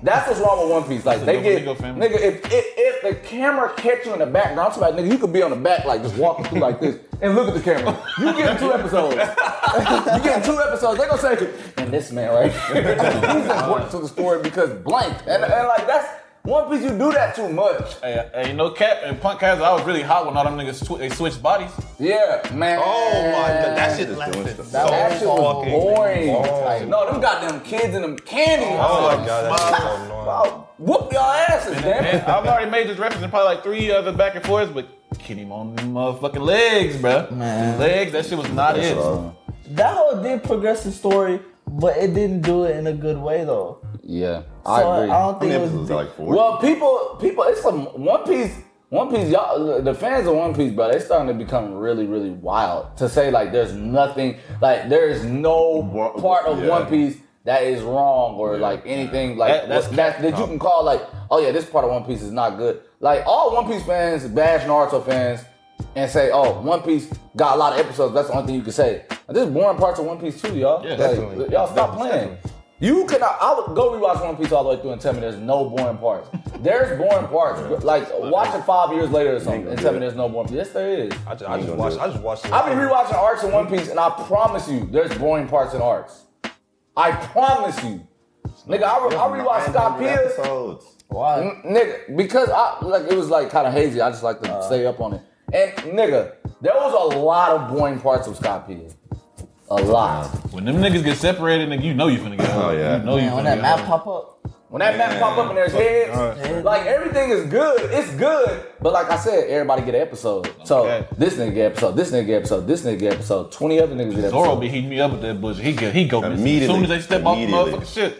Speaker 1: That's what's wrong with One Piece. Like they
Speaker 4: That's
Speaker 1: get
Speaker 4: a Doflamingo family.
Speaker 1: nigga, if, if if the camera catch you in the background, somebody nigga, you could be on the back like just walking through like this and look at the camera. You getting two episodes. you getting two episodes. They gonna say, and this man right, here, he's important to the story because blank, and, and like that's. One Piece, you do that too much.
Speaker 4: Hey, uh, hey, no cap and punk cast. I was really hot when all them niggas tw- they switched bodies.
Speaker 1: Yeah, man.
Speaker 6: Oh my god, that shit
Speaker 2: Just doing
Speaker 6: lasted
Speaker 2: stuff.
Speaker 6: so
Speaker 1: That shit was
Speaker 6: fucking
Speaker 1: boring.
Speaker 6: long.
Speaker 1: Like, no, them goddamn kids and them candy.
Speaker 6: Oh my god, that's so annoying.
Speaker 1: I'll whoop y'all asses, damn
Speaker 4: And
Speaker 1: it.
Speaker 4: I've already made this reference in probably like three other back and forths, but Kenny on them motherfucking legs, bruh.
Speaker 5: Man.
Speaker 4: Legs, that shit was not it.
Speaker 5: That whole did progress the story, but it didn't do it in a good way though.
Speaker 1: Yeah,
Speaker 5: So I, don't
Speaker 2: How many
Speaker 5: think it was.
Speaker 2: episodes? Is that like four?
Speaker 1: Well, people, people, it's a One Piece. One Piece, y'all, the fans of One Piece, bro, they starting to become really, really wild. To say like there's nothing, like there is no
Speaker 2: Wa-
Speaker 1: part of
Speaker 2: yeah.
Speaker 1: One Piece that is wrong or like anything like
Speaker 4: That-
Speaker 1: what-
Speaker 4: that's
Speaker 1: that, that, you can call like, oh yeah, this part of One Piece is not good. Like all One Piece fans bash Naruto fans and say, oh, One Piece got a lot of episodes. That's the only thing you can say. There's boring parts of One Piece too, y'all.
Speaker 4: Yeah,
Speaker 1: Like,
Speaker 6: definitely.
Speaker 1: Y'all stop playing. You could not. I would go rewatch One Piece all the way through and tell me there's no boring parts. There's boring parts. Like watch it five years later or something and tell me there's no boring. Yes, there is.
Speaker 6: I just, I just
Speaker 2: gonna
Speaker 6: watched.
Speaker 2: do it.
Speaker 6: I just watched. it.
Speaker 1: I've been rewatching arcs in One Piece, and I promise you, there's boring parts in arcs. I promise you, nigga. I, re- I rewatched Scott
Speaker 2: 900
Speaker 1: Pierce,
Speaker 2: episodes.
Speaker 5: Why?
Speaker 1: N- nigga, because I like it was like kind of hazy. I just like to stay up on it. And nigga, there was a lot of boring parts of Scott Pierce. A lot.
Speaker 4: When them niggas get separated, nigga, you know you finna get home.
Speaker 2: Oh, yeah.
Speaker 4: You know you
Speaker 5: Man,
Speaker 4: finna
Speaker 5: when
Speaker 4: get
Speaker 5: that map
Speaker 4: home.
Speaker 5: pop up,
Speaker 1: When that map pop up in their heads,
Speaker 5: God.
Speaker 1: like everything is good. It's good. But like I said, everybody get an episode. So
Speaker 4: Okay.
Speaker 1: this nigga get episode, this nigga get episode, this nigga get episode, 20 other niggas get
Speaker 4: Zoro be
Speaker 1: episode.
Speaker 4: heating me up with that bullshit. He go, he go missing as
Speaker 2: Immediately.
Speaker 4: soon as they step off the
Speaker 2: Immediately.
Speaker 4: motherfucking shit.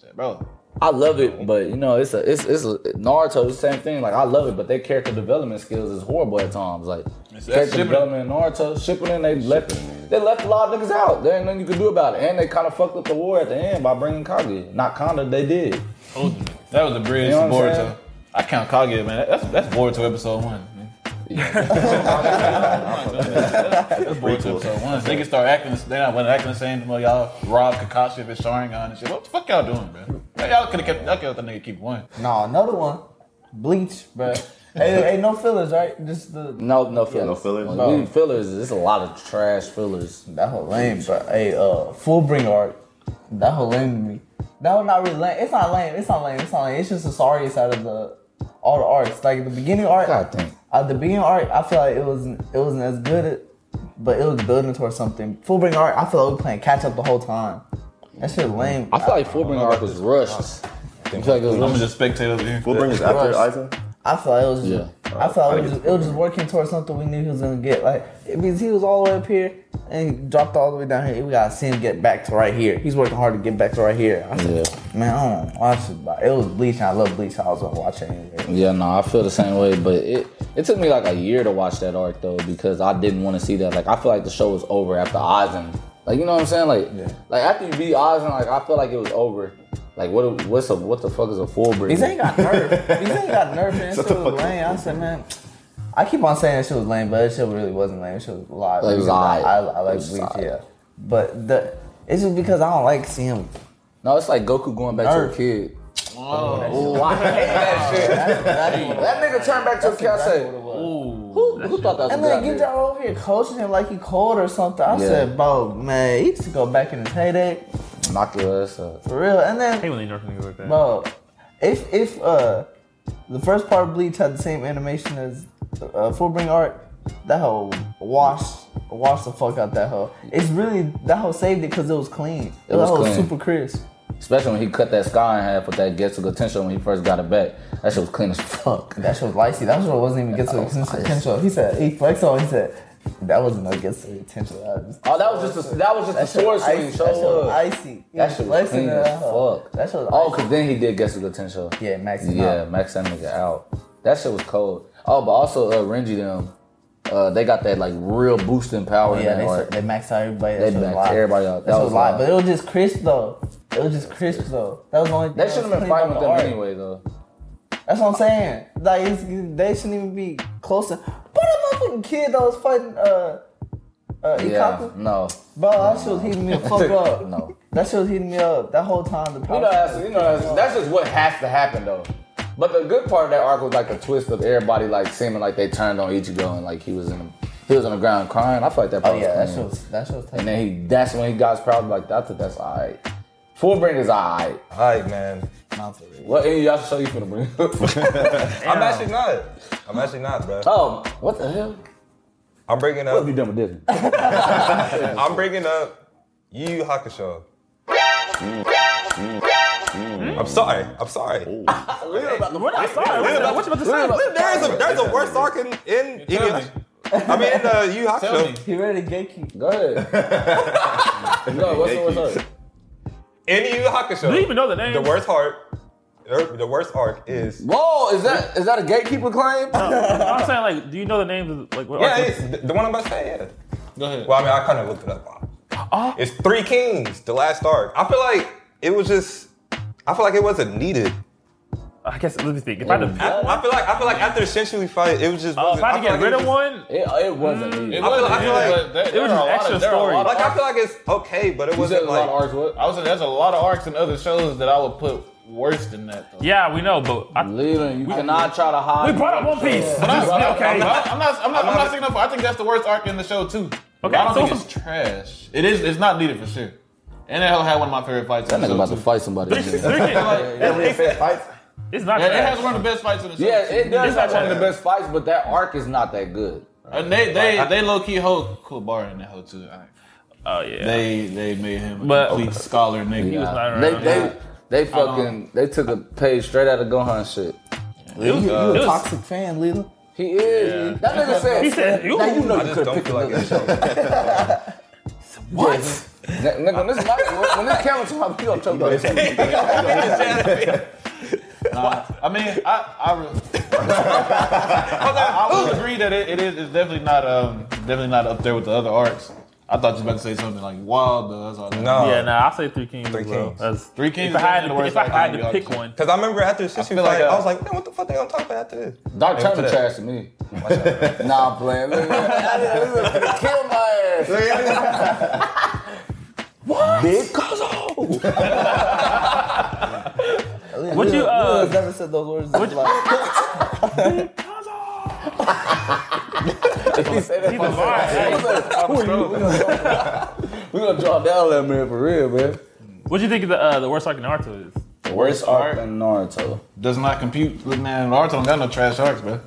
Speaker 4: Said, Bro,
Speaker 1: I love it, but you know, it's a it's it's a, Naruto, it's the same thing. Like I love it, but their character development skills is horrible at times. Like
Speaker 4: It's- that's
Speaker 1: character
Speaker 4: shipping.
Speaker 1: development in Naruto, shipping in, they left they left a lot of niggas out. There ain't nothing you can do about it. And they kind of fucked up the war at the end by bringing Kage. Not kinda, they did.
Speaker 4: that was a
Speaker 1: You
Speaker 4: bridge
Speaker 1: know
Speaker 4: to
Speaker 1: what I'm saying?
Speaker 4: Boruto. I count Kage, man. That's that's Boruto episode one. man. that's Boruto episode one. Niggas start acting. They not wasn't acting the same. Well, y'all robbed Kakashi of his Sharingan and shit. What the fuck y'all doing, bro? Like, y'all could have kept. Y'all could have let that nigga keep going.
Speaker 5: no, another one, Bleach, bruh. hey, ain't no fillers, right? Just the
Speaker 1: No, no fillers.
Speaker 2: no fillers?
Speaker 1: Like,
Speaker 2: No.
Speaker 1: we- Fillers, it's a lot of trash fillers.
Speaker 5: that whole lame, bro. Hey, uh, Fullbringer arc, that whole lame to me. That whole not really lame. It's not lame. It's not lame. It's not lame. It's just the sorriest out of the all the arcs. Like the beginning arc,
Speaker 1: God damn.
Speaker 5: at the beginning arc, I feel like it wasn't it wasn't as good, at- but it was building towards something. Fullbringer arc, I feel like we playing catch up the whole time. That shit lame.
Speaker 1: I feel like Fullbringer arc was rushed. I feel like it was
Speaker 4: I'm
Speaker 1: rushed.
Speaker 4: just spectators here.
Speaker 2: We'll bring this after Aizen.
Speaker 5: I feel like it was just, I feel like
Speaker 2: I
Speaker 5: it was,
Speaker 2: get
Speaker 5: just, it was just working towards something we knew he was gonna get. Like it means he was all the way up here and he dropped all the way down here. We gotta see him get back to right here. He's working hard to get back to right here. I said, man, I don't wanna watch it, but it was Bleach. And I love Bleach. so I was gonna watch it anyway.
Speaker 1: Yeah, no, I feel the same way, but it it took me like a year to watch that arc though because I didn't want to see that. Like I feel like the show was over after Aizen. Like you know what I'm saying? Like like after you beat Aizen, like I feel like it was over. Like what what's a what the fuck is a Fullbringer?
Speaker 5: These ain't got nerve. These ain't got nerve. Man, shit
Speaker 2: Shut the
Speaker 5: was
Speaker 2: fuck up.
Speaker 5: lame. I said, man. I keep on saying that shit was lame, but that shit really wasn't lame. That shit was a lot.
Speaker 1: It was
Speaker 5: I,
Speaker 1: alright.
Speaker 5: I,
Speaker 1: It
Speaker 5: like
Speaker 1: was
Speaker 5: Bleach,
Speaker 1: alright.
Speaker 5: yeah. But the it's just because I don't like seeing him.
Speaker 1: No, it's like Goku going back to
Speaker 5: Nerf.
Speaker 1: a kid.
Speaker 4: Oh,
Speaker 1: Oh, I hate that shit. That nigga turned back to a kid. I
Speaker 5: That's what it
Speaker 1: said,
Speaker 5: was.
Speaker 1: who, who thought that was a
Speaker 5: And
Speaker 1: good
Speaker 5: then get
Speaker 1: idea?
Speaker 5: y'all over here coaching him like he cold or something. I
Speaker 1: Yeah.
Speaker 5: said, bro, man, he used to go back in his heyday
Speaker 1: Knock your ass up.
Speaker 5: for real. And then,
Speaker 3: Hey, when they nerfing niggas like that.
Speaker 5: bro, if if uh the first part of Bleach had the same animation as uh, Fullbring Art, That hoe washed, washed the fuck out that hoe. It's really that hoe saved it because it was clean. It
Speaker 1: was
Speaker 5: was that hoe
Speaker 1: clean.
Speaker 5: was super crisp.
Speaker 1: Especially when he cut that sky in half with that gets attention when he first got it back. That shit was clean as fuck.
Speaker 5: That shit was licey. That shit wasn't even get to the potential. He said he flexed on. He said that wasn't no get to the potential. That was-
Speaker 1: Oh, that was just a, that was just
Speaker 5: That
Speaker 1: a
Speaker 5: shit
Speaker 1: sword
Speaker 5: icy.
Speaker 1: swing.
Speaker 5: That shit was
Speaker 1: Show up.
Speaker 5: icy. He
Speaker 1: That shit was
Speaker 5: flexing
Speaker 1: clean
Speaker 5: that
Speaker 1: as
Speaker 5: hoe.
Speaker 1: fuck.
Speaker 5: That shit was
Speaker 1: Oh,
Speaker 5: icy.
Speaker 1: cause then he did guess the potential.
Speaker 5: Yeah, Max.
Speaker 1: Yeah,
Speaker 5: Yeah.
Speaker 1: max that nigga out. That shit was cold. Oh, but also uh, Renji them, uh, they got that like real boosting power. in
Speaker 5: Yeah,
Speaker 1: that
Speaker 5: they,
Speaker 1: art.
Speaker 5: they maxed out everybody.
Speaker 1: They
Speaker 5: That shit was
Speaker 1: maxed
Speaker 5: live.
Speaker 1: everybody out.
Speaker 5: That,
Speaker 1: That was
Speaker 5: shit was live.
Speaker 1: live.
Speaker 5: But it was just crisp though. It was just crisp though. That was the only. thing
Speaker 1: They
Speaker 5: that
Speaker 1: shouldn't
Speaker 5: was
Speaker 1: have been
Speaker 5: clean about
Speaker 1: fighting with
Speaker 5: the
Speaker 1: them anyway
Speaker 5: art.
Speaker 1: though.
Speaker 5: That's what I'm saying. Like it's, they shouldn't even be closer. But a motherfucking kid that was fighting uh uh
Speaker 1: Yeah,
Speaker 5: Ikaku.
Speaker 1: no,
Speaker 5: Bro, that shit was heating me the fuck up.
Speaker 1: no.
Speaker 5: That shit was heating me up that whole time. The
Speaker 1: You know, that's, you know that's, that's just what has to happen though. But the good part of that arc was like the twist of everybody like seeming like they turned on Ichigo and like he was in the, he was on the ground crying. I felt that. part
Speaker 5: Oh
Speaker 1: was
Speaker 5: yeah, that
Speaker 1: clean.
Speaker 5: shit was that shit was
Speaker 1: Mm. And
Speaker 5: tight.
Speaker 1: then he that's when he got his power. Like I thought that's alright. Full bring is alright.
Speaker 6: All right, man.
Speaker 1: What any of y'all show you for the bring?
Speaker 6: I'm actually not. I'm actually not, bro.
Speaker 1: oh, what the hell?
Speaker 6: I'm bringing
Speaker 1: What
Speaker 6: up.
Speaker 1: have you done with Disney?
Speaker 6: I'm bringing up Yu Yu Hakusho. Mm. I'm sorry. I'm sorry.
Speaker 3: We're not sorry. What you about, what you about to say?
Speaker 6: There is a there's a worse arc in in, in
Speaker 4: Tell me.
Speaker 6: I mean in uh, Yu Yu
Speaker 4: Tell me.
Speaker 6: Hakusho.
Speaker 5: He ready to gatekeep.
Speaker 1: Go ahead. no, what's up? What's up?
Speaker 6: In Yu Yu
Speaker 3: Do you even
Speaker 6: Hakusho,
Speaker 3: know the name?
Speaker 6: the worst arc, er, the worst arc is.
Speaker 1: Whoa, is that is that a gatekeeper claim?
Speaker 3: I'm saying like, do you know the names of like? What,
Speaker 6: Yeah, it's the, the one I'm about to say. Yeah.
Speaker 4: Go ahead.
Speaker 6: Well, I mean, I kind of looked it up.
Speaker 3: Oh.
Speaker 6: It's Three Kings, the last arc. I feel like it was just. I feel like it wasn't needed.
Speaker 3: I guess let me think. If I had to,
Speaker 6: I, I feel like I feel like after Shinsu fight, it was just.
Speaker 3: uh, if
Speaker 6: wasn't-
Speaker 3: I had to
Speaker 6: feel
Speaker 3: get
Speaker 6: like
Speaker 3: rid
Speaker 6: it
Speaker 3: of
Speaker 6: was
Speaker 3: one,
Speaker 1: it, it wasn't. either.
Speaker 4: It
Speaker 1: You
Speaker 6: feel
Speaker 4: wasn't
Speaker 6: like- I feel
Speaker 4: it,
Speaker 6: like-
Speaker 4: but there-
Speaker 3: it was
Speaker 4: there
Speaker 3: an
Speaker 4: are a lot
Speaker 3: extra
Speaker 4: of- there are a
Speaker 3: story.
Speaker 4: lot of
Speaker 6: just- Like I feel like it's okay, but it
Speaker 1: said
Speaker 6: wasn't
Speaker 1: a lot
Speaker 6: like.
Speaker 1: of ours what?
Speaker 4: I was there's a lot of arcs in other shows that I would put worse than that. Though.
Speaker 3: yeah, we know, but I,
Speaker 1: Leland, you cannot try to hide.
Speaker 3: we brought up One Piece.
Speaker 4: But I,
Speaker 3: okay.
Speaker 4: I'm not. I'm not. I'm not, I'm not sticking up for. I think that's the worst arc in the show too.
Speaker 3: Okay,
Speaker 4: I don't
Speaker 3: so-
Speaker 4: think it's trash. It is. It's not needed for sure. And that hell had one of my favorite fights.
Speaker 1: That
Speaker 4: in the
Speaker 1: nigga
Speaker 4: show
Speaker 1: about to
Speaker 4: too.
Speaker 1: fight somebody. again.
Speaker 3: It's-
Speaker 2: Yeah, we ain't fair fights.
Speaker 3: it's not.
Speaker 4: Yeah, it has
Speaker 3: trash.
Speaker 4: one of the best fights in the show.
Speaker 1: yeah, it does
Speaker 3: It's not
Speaker 1: have one of the
Speaker 3: trash.
Speaker 1: best fights, but that arc is not that good.
Speaker 4: And they they they low key hold Kuwabara in that hoe too. I-
Speaker 3: Oh yeah.
Speaker 4: They they made him a
Speaker 3: But-
Speaker 4: complete scholar nigga.
Speaker 3: not
Speaker 1: Yeah.
Speaker 3: around.
Speaker 1: They they they fucking they took a page straight out of Gohan shit.
Speaker 5: You, you
Speaker 3: it
Speaker 5: a
Speaker 3: was-
Speaker 5: toxic fan, Lila.
Speaker 1: He is. That nigga said.
Speaker 3: He said,
Speaker 1: now you
Speaker 3: "Ooh."
Speaker 1: know
Speaker 6: I
Speaker 1: you
Speaker 6: just
Speaker 1: could
Speaker 6: don't
Speaker 1: have picked
Speaker 6: feel like
Speaker 1: another
Speaker 6: that
Speaker 1: show.
Speaker 6: show.
Speaker 1: What? Nigga, when this, mic- when- when this camera turn off, you gonna choke on this.
Speaker 4: I mean, I I, re- I, I would agree that it, it is it's definitely not um definitely not up there with the other arcs. I thought you were about to say something like wild, but that's all. that-
Speaker 6: No.
Speaker 3: Yeah, nah, I'll say Three Kings.
Speaker 6: Three
Speaker 3: as well.
Speaker 6: Kings.
Speaker 3: That's-
Speaker 4: Three Kings
Speaker 3: If I
Speaker 4: is
Speaker 3: had
Speaker 4: the
Speaker 3: to,
Speaker 4: worst
Speaker 3: if I
Speaker 4: arc
Speaker 3: had
Speaker 4: in
Speaker 3: to
Speaker 4: the
Speaker 3: pick
Speaker 4: audition.
Speaker 3: one,
Speaker 6: Cause I remember after Shinsu
Speaker 4: feel
Speaker 6: fight,
Speaker 4: like, uh,
Speaker 6: I was like, man, what the fuck they gonna talk about after this?
Speaker 1: Dark
Speaker 6: Aim for
Speaker 1: Turner
Speaker 6: that.
Speaker 1: trash to me. nah, I'm playing. Look, look, look, look, look, kill my ass. Big Cuzzo.
Speaker 3: Would you, uh,
Speaker 5: Lila's never said those words. in his life.
Speaker 1: He said that
Speaker 3: He's
Speaker 1: for
Speaker 3: a liar.
Speaker 1: Who are you? We gonna draw- We gonna draw down that man for real, man.
Speaker 3: What do you think of the uh, the worst arc in Naruto is?
Speaker 1: Worst
Speaker 4: arc
Speaker 1: in Naruto.
Speaker 4: does not compute. Look, man, Naruto don't got no trash arcs, bro.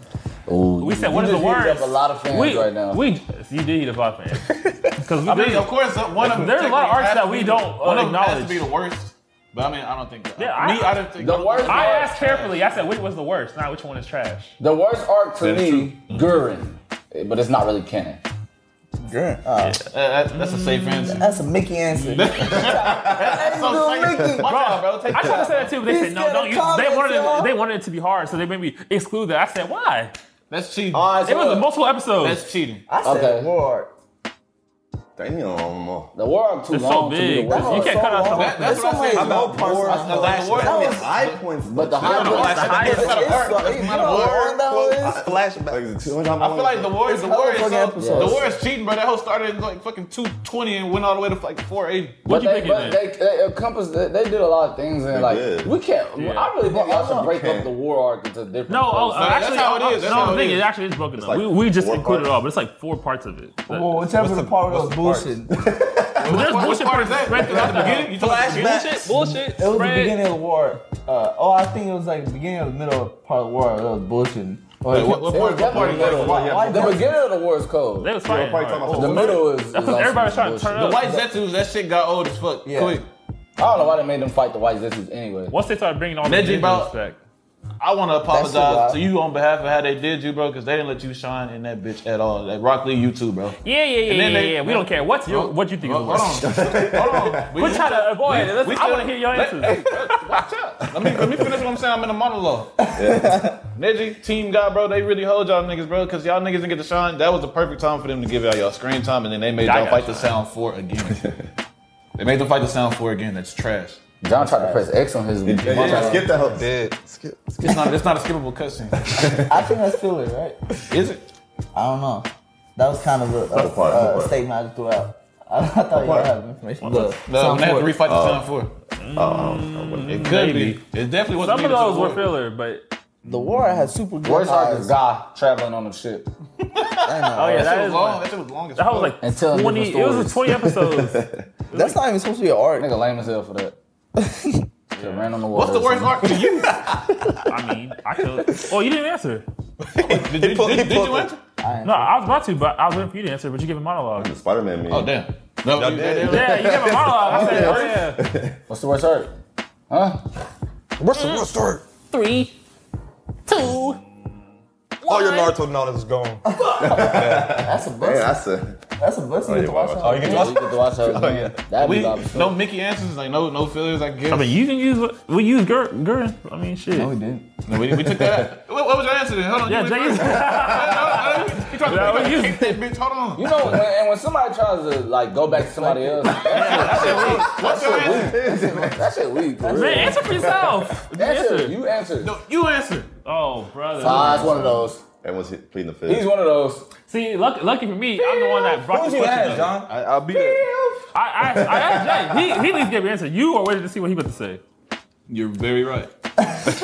Speaker 1: Ooh,
Speaker 3: We said, what is
Speaker 1: Oh, you
Speaker 3: the
Speaker 1: just heated
Speaker 3: worst?
Speaker 1: up a lot of fans
Speaker 3: we,
Speaker 1: right now.
Speaker 3: We, you did heat up our fans. Because we
Speaker 4: I mean,
Speaker 3: did.
Speaker 4: of course, uh, one of them
Speaker 3: There's a lot of
Speaker 4: technically
Speaker 3: arcs
Speaker 4: has
Speaker 3: that
Speaker 4: to
Speaker 3: we
Speaker 4: be-
Speaker 3: don't, uh,
Speaker 4: One of them has to
Speaker 3: acknowledge.
Speaker 4: be the worst, but I mean, I don't think.
Speaker 3: Yeah,
Speaker 4: I,
Speaker 3: I-
Speaker 4: me, I don't think
Speaker 1: the worst
Speaker 3: I
Speaker 1: arc-
Speaker 3: asked carefully. I said, which was the worst, not which one is trash.
Speaker 1: the worst arc to
Speaker 4: That is
Speaker 1: me, Gurren, eh, but it's not really canon.
Speaker 5: Grr. Uh,
Speaker 4: Uh, that, that's a safe answer.
Speaker 5: That's a Mickey answer.
Speaker 4: That's so
Speaker 5: little
Speaker 4: safe.
Speaker 5: Mickey.
Speaker 4: Watch out, bro. Take
Speaker 3: I
Speaker 4: the
Speaker 3: tried to
Speaker 4: time.
Speaker 3: say that too, but they
Speaker 5: He's
Speaker 3: said no.
Speaker 5: scared
Speaker 3: Don't
Speaker 5: of
Speaker 3: you? They wanted
Speaker 5: comments,
Speaker 3: it,
Speaker 5: y'all.
Speaker 3: they wanted it to be hard, so they made me exclude that. I said why?
Speaker 4: That's cheating.
Speaker 1: Alright, so
Speaker 3: It was
Speaker 1: look,
Speaker 3: multiple episodes.
Speaker 4: that's cheating.
Speaker 5: I said
Speaker 1: Okay.
Speaker 5: war.
Speaker 2: Damn.
Speaker 1: the war arc too
Speaker 3: It's so
Speaker 1: long to be the
Speaker 3: big.
Speaker 1: worst.
Speaker 3: You
Speaker 1: arc.
Speaker 3: can't cut out some-
Speaker 4: That- that's
Speaker 5: It's
Speaker 4: what I'm
Speaker 5: only-
Speaker 4: saying.
Speaker 5: That
Speaker 2: About
Speaker 4: War-
Speaker 2: parts,
Speaker 4: the last one.
Speaker 5: was-
Speaker 2: high points.
Speaker 1: But the high
Speaker 4: no,
Speaker 1: point,
Speaker 4: that's-
Speaker 5: It's,
Speaker 4: It's not a
Speaker 5: it's,
Speaker 4: arc,
Speaker 5: so-
Speaker 4: it's
Speaker 5: you
Speaker 4: not a
Speaker 5: know how
Speaker 4: war.
Speaker 5: hard that was?
Speaker 6: Flashback.
Speaker 4: I feel like the war, the
Speaker 5: whole
Speaker 4: war is
Speaker 5: fucking
Speaker 4: so,
Speaker 5: episode.
Speaker 4: the war is cheating, bro. That whole started in like fucking two twenty and went all the way to like four eighty.
Speaker 1: But
Speaker 3: What you
Speaker 1: they,
Speaker 3: think
Speaker 1: but
Speaker 3: of it?
Speaker 1: they, they encompass. They, they did a lot of things, and like
Speaker 2: did.
Speaker 1: we can't. I really think y'all should break
Speaker 2: can't.
Speaker 1: up the war arc into different.
Speaker 3: No, oh,
Speaker 1: parts.
Speaker 3: uh,
Speaker 4: that's
Speaker 3: actually,
Speaker 4: how it
Speaker 3: oh,
Speaker 4: is. That's
Speaker 3: no,
Speaker 4: how
Speaker 3: the
Speaker 4: it
Speaker 3: thing
Speaker 4: is.
Speaker 3: is actually it's broken up.
Speaker 2: like
Speaker 3: we, we just
Speaker 2: four
Speaker 3: included it
Speaker 2: parts.
Speaker 3: all, but it's like four parts of it. But-
Speaker 5: Well, whichever the part was
Speaker 6: what's the
Speaker 5: bullshit.
Speaker 3: but there's
Speaker 4: What
Speaker 3: bullshit
Speaker 4: part
Speaker 3: parts
Speaker 4: is that?
Speaker 3: spread throughout the beginning. You talking about the beginning shit? Bullshit.
Speaker 5: It was the
Speaker 3: spread.
Speaker 5: beginning of the war. Uh, oh, I think it was like the beginning of the middle part of the war. It was bullshit.
Speaker 4: Wait, what, what part? What part?
Speaker 1: definitely middle.
Speaker 4: Like, yeah.
Speaker 5: Why-
Speaker 1: The beginning of the war is cold.
Speaker 3: oh. They was fighting.
Speaker 2: probably
Speaker 3: hard.
Speaker 2: talking about
Speaker 1: The middle is.
Speaker 3: That's
Speaker 1: is
Speaker 3: what
Speaker 1: also
Speaker 3: everybody was trying to
Speaker 1: bullshit.
Speaker 3: turn
Speaker 4: The
Speaker 3: up.
Speaker 4: white Zetus, that shit got old as fuck.
Speaker 5: Yeah.
Speaker 4: Quick.
Speaker 1: I don't know why they made them fight the white Zizzies anyway.
Speaker 3: Once they started bringing all the
Speaker 4: Medjie
Speaker 3: niggas
Speaker 4: about-
Speaker 3: back,
Speaker 4: I want to
Speaker 5: That's a lot.
Speaker 4: apologize to you on behalf of how they did you, bro, because they didn't let you shine in that bitch at all. That Rock Lee, you too, bro.
Speaker 3: yeah, yeah, yeah,
Speaker 4: And
Speaker 3: yeah,
Speaker 4: then
Speaker 3: yeah,
Speaker 4: they-
Speaker 3: yeah. We don't care what you what you think is the
Speaker 4: Hold on,
Speaker 3: worst.
Speaker 4: hold on. We,
Speaker 3: We're trying to avoid it. Let's-
Speaker 4: we
Speaker 3: I
Speaker 4: still-
Speaker 3: want to hear your
Speaker 4: let-
Speaker 3: answers.
Speaker 4: Let me let me finish what I'm saying. I'm in a monologue. Neji, team guy, bro, they really hold y'all niggas, bro, because y'all niggas didn't get to shine. That was the perfect time for them to give y'all y'all screen time, and then they made
Speaker 3: I
Speaker 4: y'all
Speaker 3: got
Speaker 4: fight the sound four again. they made them fight the sound four again. That's trash.
Speaker 1: John tried to press X on his.
Speaker 2: Yeah, yeah, yeah. Skip that whole
Speaker 6: Did. Skip.
Speaker 4: It's not. It's not a skippable cutscene,
Speaker 5: I think that's filler, right?
Speaker 4: is it?
Speaker 5: I don't know. That was kind of a, a,
Speaker 2: part,
Speaker 5: a
Speaker 2: good part.
Speaker 5: statement I just threw out. I, I thought you
Speaker 2: part?
Speaker 5: had information. Look,
Speaker 4: No,
Speaker 5: sound
Speaker 4: when they have to
Speaker 5: forward.
Speaker 3: Oh.
Speaker 4: refight the sound four.
Speaker 2: Oh,
Speaker 4: It could be. It definitely wasn't.
Speaker 3: Some of
Speaker 4: needed to
Speaker 3: those were
Speaker 4: avoid.
Speaker 3: filler, but
Speaker 5: the war has super good
Speaker 1: Where's our
Speaker 5: eyes.
Speaker 1: guy traveling on the ship?
Speaker 5: I know,
Speaker 3: oh
Speaker 5: right?
Speaker 3: yeah,
Speaker 4: That shit
Speaker 3: that
Speaker 4: was
Speaker 3: is
Speaker 4: Uh, long.
Speaker 3: one.
Speaker 4: That shit was long as
Speaker 3: That
Speaker 4: fuck.
Speaker 3: was like
Speaker 1: And telling
Speaker 3: twenty. It
Speaker 1: different
Speaker 3: was
Speaker 1: stories.
Speaker 3: twenty episodes.
Speaker 5: That's not even supposed to be an arc.
Speaker 1: Nigga lame as hell for that. Should've ran on the wall.
Speaker 4: What's the
Speaker 1: or
Speaker 4: worst
Speaker 1: something.
Speaker 4: arc for you?
Speaker 3: I mean, I could. Oh, you didn't answer.
Speaker 4: Did, you-
Speaker 6: pulled-
Speaker 4: did-
Speaker 6: he
Speaker 4: did
Speaker 6: pulled
Speaker 4: you
Speaker 6: it.
Speaker 4: answer?
Speaker 3: No, I was about to, but I was waiting for you to answer. But you gave a monologue.
Speaker 2: Spider Man meme.
Speaker 4: Oh damn. No, you-
Speaker 2: did.
Speaker 4: they- they-
Speaker 3: Yeah, you gave a monologue. I said, oh yeah.
Speaker 1: What's the worst arc? Huh?
Speaker 6: What's the real story?
Speaker 3: Three, two.
Speaker 6: All your Naruto knowledge is gone.
Speaker 5: That's a
Speaker 2: Man,
Speaker 5: blessing.
Speaker 2: that's a.
Speaker 5: That's a blessing.
Speaker 2: Oh,
Speaker 5: you
Speaker 2: yeah,
Speaker 5: get to
Speaker 2: why-
Speaker 5: watch
Speaker 2: why-
Speaker 5: all
Speaker 6: Oh, you
Speaker 5: that.
Speaker 1: Yeah,
Speaker 6: can
Speaker 1: you
Speaker 6: watch.
Speaker 1: get to watch her.
Speaker 6: Oh, yeah.
Speaker 1: That'd
Speaker 4: We
Speaker 1: be garbage.
Speaker 4: no Mickey answers, like no no fillers. I guess.
Speaker 3: I mean, you can use what we use. Gur, Gur. I mean, shit.
Speaker 1: No, we didn't.
Speaker 4: No, we, we took that. out. What, what was your answer? Then? Hold on.
Speaker 3: Yeah,
Speaker 4: you
Speaker 3: Jay
Speaker 4: went
Speaker 3: used-
Speaker 4: first. Hold on, hold on, you tried to-
Speaker 3: Yeah,
Speaker 4: you
Speaker 3: we
Speaker 4: tried to
Speaker 3: used-
Speaker 4: kick that bitch. Hold on.
Speaker 1: You know, when, and when somebody tries to like go back to somebody else,
Speaker 4: What's your answer?
Speaker 1: that shit weak. For
Speaker 3: Man,
Speaker 1: real.
Speaker 3: answer for yourself. You
Speaker 1: Answer.
Speaker 3: answer.
Speaker 1: You answer.
Speaker 4: No, you answer.
Speaker 3: Oh, brother.
Speaker 1: Ah, it's one of those.
Speaker 2: Everyone's hit- pleading the
Speaker 1: He's
Speaker 2: fifth.
Speaker 1: one of those.
Speaker 3: See, lucky, lucky for me, I'm the one that brought
Speaker 6: Who's
Speaker 3: this
Speaker 6: you
Speaker 3: question
Speaker 6: ass,
Speaker 3: up.
Speaker 6: John?
Speaker 4: I, I'll be there.
Speaker 3: I, I, I asked Jay. He, he at least gave an answer. You are waiting to see what he about to say.
Speaker 4: You're very right. no,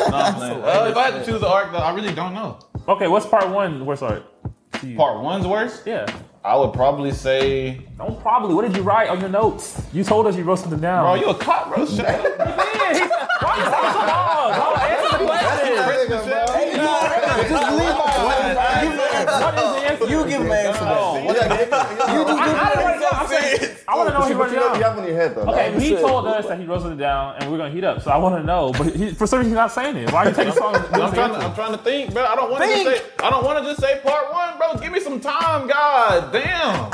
Speaker 4: I'm playing. Uh, if I had to choose the arc, though, I really don't know.
Speaker 3: Okay, what's part one? Where's art?
Speaker 4: Part one's worse.
Speaker 3: Yeah.
Speaker 4: I would probably say,
Speaker 3: Don't probably. What did you write on your notes? You told us you wrote something down.
Speaker 4: bro, you a cop, bro. Shut up.
Speaker 3: Yeah, he- why you talking so long? Bro, answer the question.
Speaker 5: Just leave my
Speaker 3: What is the answer?
Speaker 5: You give him an answer.
Speaker 3: No. I, I didn't write it down. I'm saying, I want to know
Speaker 4: Oh,
Speaker 3: what he
Speaker 2: But
Speaker 3: wrote
Speaker 2: you know,
Speaker 3: it
Speaker 2: you
Speaker 3: down.
Speaker 2: have one in your head though.
Speaker 3: Okay,
Speaker 2: dog.
Speaker 3: he told us that he wrote something down and we are gonna heat up, so I want to know. But he, for some reason, he's not saying it. Why are you taking so long? to-
Speaker 4: I'm trying, to, I'm trying to think, bro. I don't want to just
Speaker 5: Think.
Speaker 4: say. I don't want to just say part one, bro. Give me some time, God damn.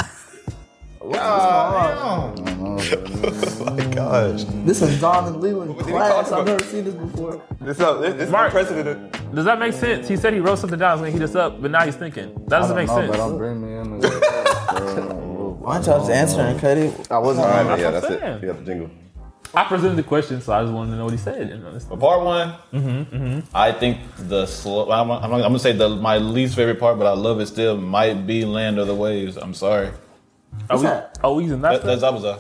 Speaker 4: God damn.
Speaker 2: Oh
Speaker 6: Gosh.
Speaker 5: This is Don and Leland
Speaker 6: did he talk
Speaker 5: class. I've
Speaker 6: about?
Speaker 5: never seen this before.
Speaker 6: This up. This, this
Speaker 3: Mark.
Speaker 6: is unprecedented.
Speaker 3: Does that make sense? He said he wrote something down, it's gonna heat us up, but now he's thinking. That doesn't make
Speaker 1: No,
Speaker 3: sense.
Speaker 1: Oh, but don't bring me in. the-
Speaker 5: Why don't y'all just answer and cut it?
Speaker 2: I wasn't. All right, man. Yeah,
Speaker 3: That's
Speaker 2: that's
Speaker 3: what I'm
Speaker 2: it.
Speaker 3: saying.
Speaker 2: You got the jingle.
Speaker 3: I presented the question, so I just wanted to know what he said. And it's-
Speaker 4: But part one, I think the slow. I'm, I'm, I'm gonna say the my least favorite part, but I love it still. Might be Land of the Waves. I'm sorry.
Speaker 3: Are we,
Speaker 5: that?
Speaker 3: are we using that?
Speaker 4: That,
Speaker 3: stuff?
Speaker 4: that's Abaza.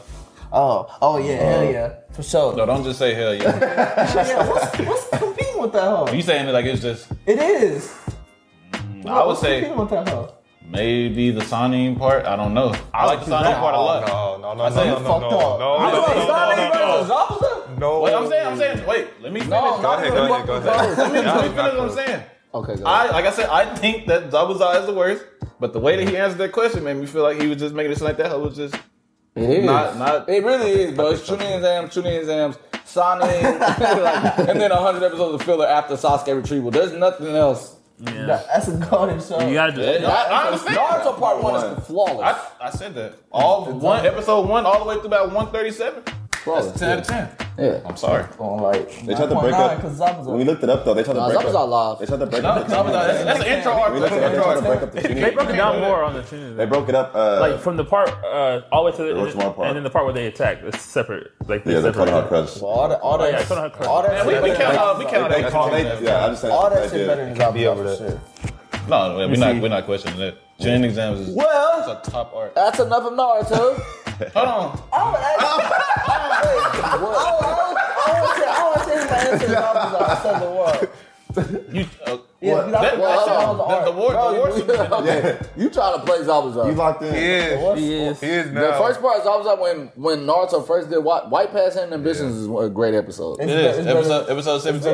Speaker 5: Oh, oh yeah, hell yeah, for sure.
Speaker 4: No, don't just say hell yeah.
Speaker 5: Yeah, what's, what's competing with that hoe?
Speaker 4: you saying it like it's just.
Speaker 5: It is.
Speaker 4: I would
Speaker 5: What's
Speaker 4: say
Speaker 5: competing with that hoe?
Speaker 4: maybe the signing part. I don't know. I like the signing part a lot.
Speaker 6: Oh, No, no, no,
Speaker 4: I
Speaker 6: no,
Speaker 4: say
Speaker 6: no,
Speaker 4: you
Speaker 6: no,
Speaker 5: fucked
Speaker 6: no,
Speaker 5: up.
Speaker 6: no,
Speaker 5: You
Speaker 6: no,
Speaker 5: talking
Speaker 6: no,
Speaker 5: about Sonic
Speaker 6: no,
Speaker 5: versus
Speaker 6: no.
Speaker 5: Zappa?
Speaker 6: No.
Speaker 4: Wait, I'm saying, I'm saying. Wait, let me finish.
Speaker 1: No,
Speaker 6: Go ahead, go ahead, go ahead.
Speaker 4: let me, let me finish what I'm saying.
Speaker 1: Okay, go
Speaker 4: I
Speaker 1: ahead.
Speaker 4: like I said, I think that Zabuza is the worst, but the way that he answered that question made me feel like he was just making it seem like that hoe was just
Speaker 1: It is.
Speaker 4: Not- not-
Speaker 1: it really is, bro. It's Chunin's Zams, Chunin's Zams, Sane, like, and then 100 episodes of filler after Sasuke retrieval. There's nothing else.
Speaker 3: Yeah.
Speaker 5: That- That's a golden show.
Speaker 3: You gotta just.
Speaker 4: I, I understand.
Speaker 1: Naruto Part 1 is flawless.
Speaker 4: I, I said that. All one episode one all the way through about 137.
Speaker 1: flawless.
Speaker 4: Ten out of ten.
Speaker 1: Yeah.
Speaker 4: I'm sorry.
Speaker 5: on like
Speaker 2: They tried to break up.
Speaker 5: because
Speaker 2: When we looked it up though, they tried to
Speaker 1: Nah,
Speaker 2: break
Speaker 1: Zappa's
Speaker 2: up.
Speaker 1: alive.
Speaker 2: They tried to break
Speaker 4: No,
Speaker 2: up. the
Speaker 4: no, no, that's, that's an intro arc.
Speaker 2: We
Speaker 4: That's
Speaker 2: looked it up. They
Speaker 4: an intro
Speaker 2: tried to
Speaker 4: arc.
Speaker 2: break up the
Speaker 3: They
Speaker 2: Chunin.
Speaker 3: broke it down more on the tune.
Speaker 2: They broke it up. Uh,
Speaker 3: like from the part uh, all the way to the,
Speaker 2: Which one part?
Speaker 3: and then the part where they attack. It's separate. Like they
Speaker 2: yeah, they
Speaker 3: separate.
Speaker 2: called it Hot Crush.
Speaker 5: all that, all
Speaker 3: yeah,
Speaker 5: that,
Speaker 3: it's on her
Speaker 5: all that,
Speaker 4: Man, we, we
Speaker 5: shit better-
Speaker 4: count out. We count
Speaker 2: They,
Speaker 4: out.
Speaker 2: they,
Speaker 4: that call.
Speaker 2: they, yeah, I understand.
Speaker 5: all
Speaker 2: they
Speaker 5: that shit
Speaker 2: did.
Speaker 5: better than Zappa.
Speaker 6: be over that.
Speaker 5: shit.
Speaker 4: No, we're
Speaker 3: Let me
Speaker 4: not.
Speaker 3: see.
Speaker 4: We're not questioning that. Chunin exams is
Speaker 5: Well,
Speaker 4: a top arc.
Speaker 1: That's enough of Naruto.
Speaker 4: Hold on.
Speaker 5: I would actually, I would, I would, I would, I would change my answer to Zappa's on the world.
Speaker 4: You, uh,
Speaker 5: Yeah,
Speaker 2: What?
Speaker 5: because I
Speaker 4: That-
Speaker 5: forgot
Speaker 4: that's
Speaker 5: that
Speaker 4: all.
Speaker 5: was the
Speaker 4: The-
Speaker 5: art.
Speaker 4: the war- the war shit-
Speaker 2: Yeah.
Speaker 1: You try to play Zabuza.
Speaker 2: You locked in.
Speaker 6: He is.
Speaker 1: He is.
Speaker 6: He is
Speaker 1: The
Speaker 6: now.
Speaker 1: first part is I was up when when Naruto first did White, White Pass and Ambitions is a great episode.
Speaker 4: It is. Episode, episode 17.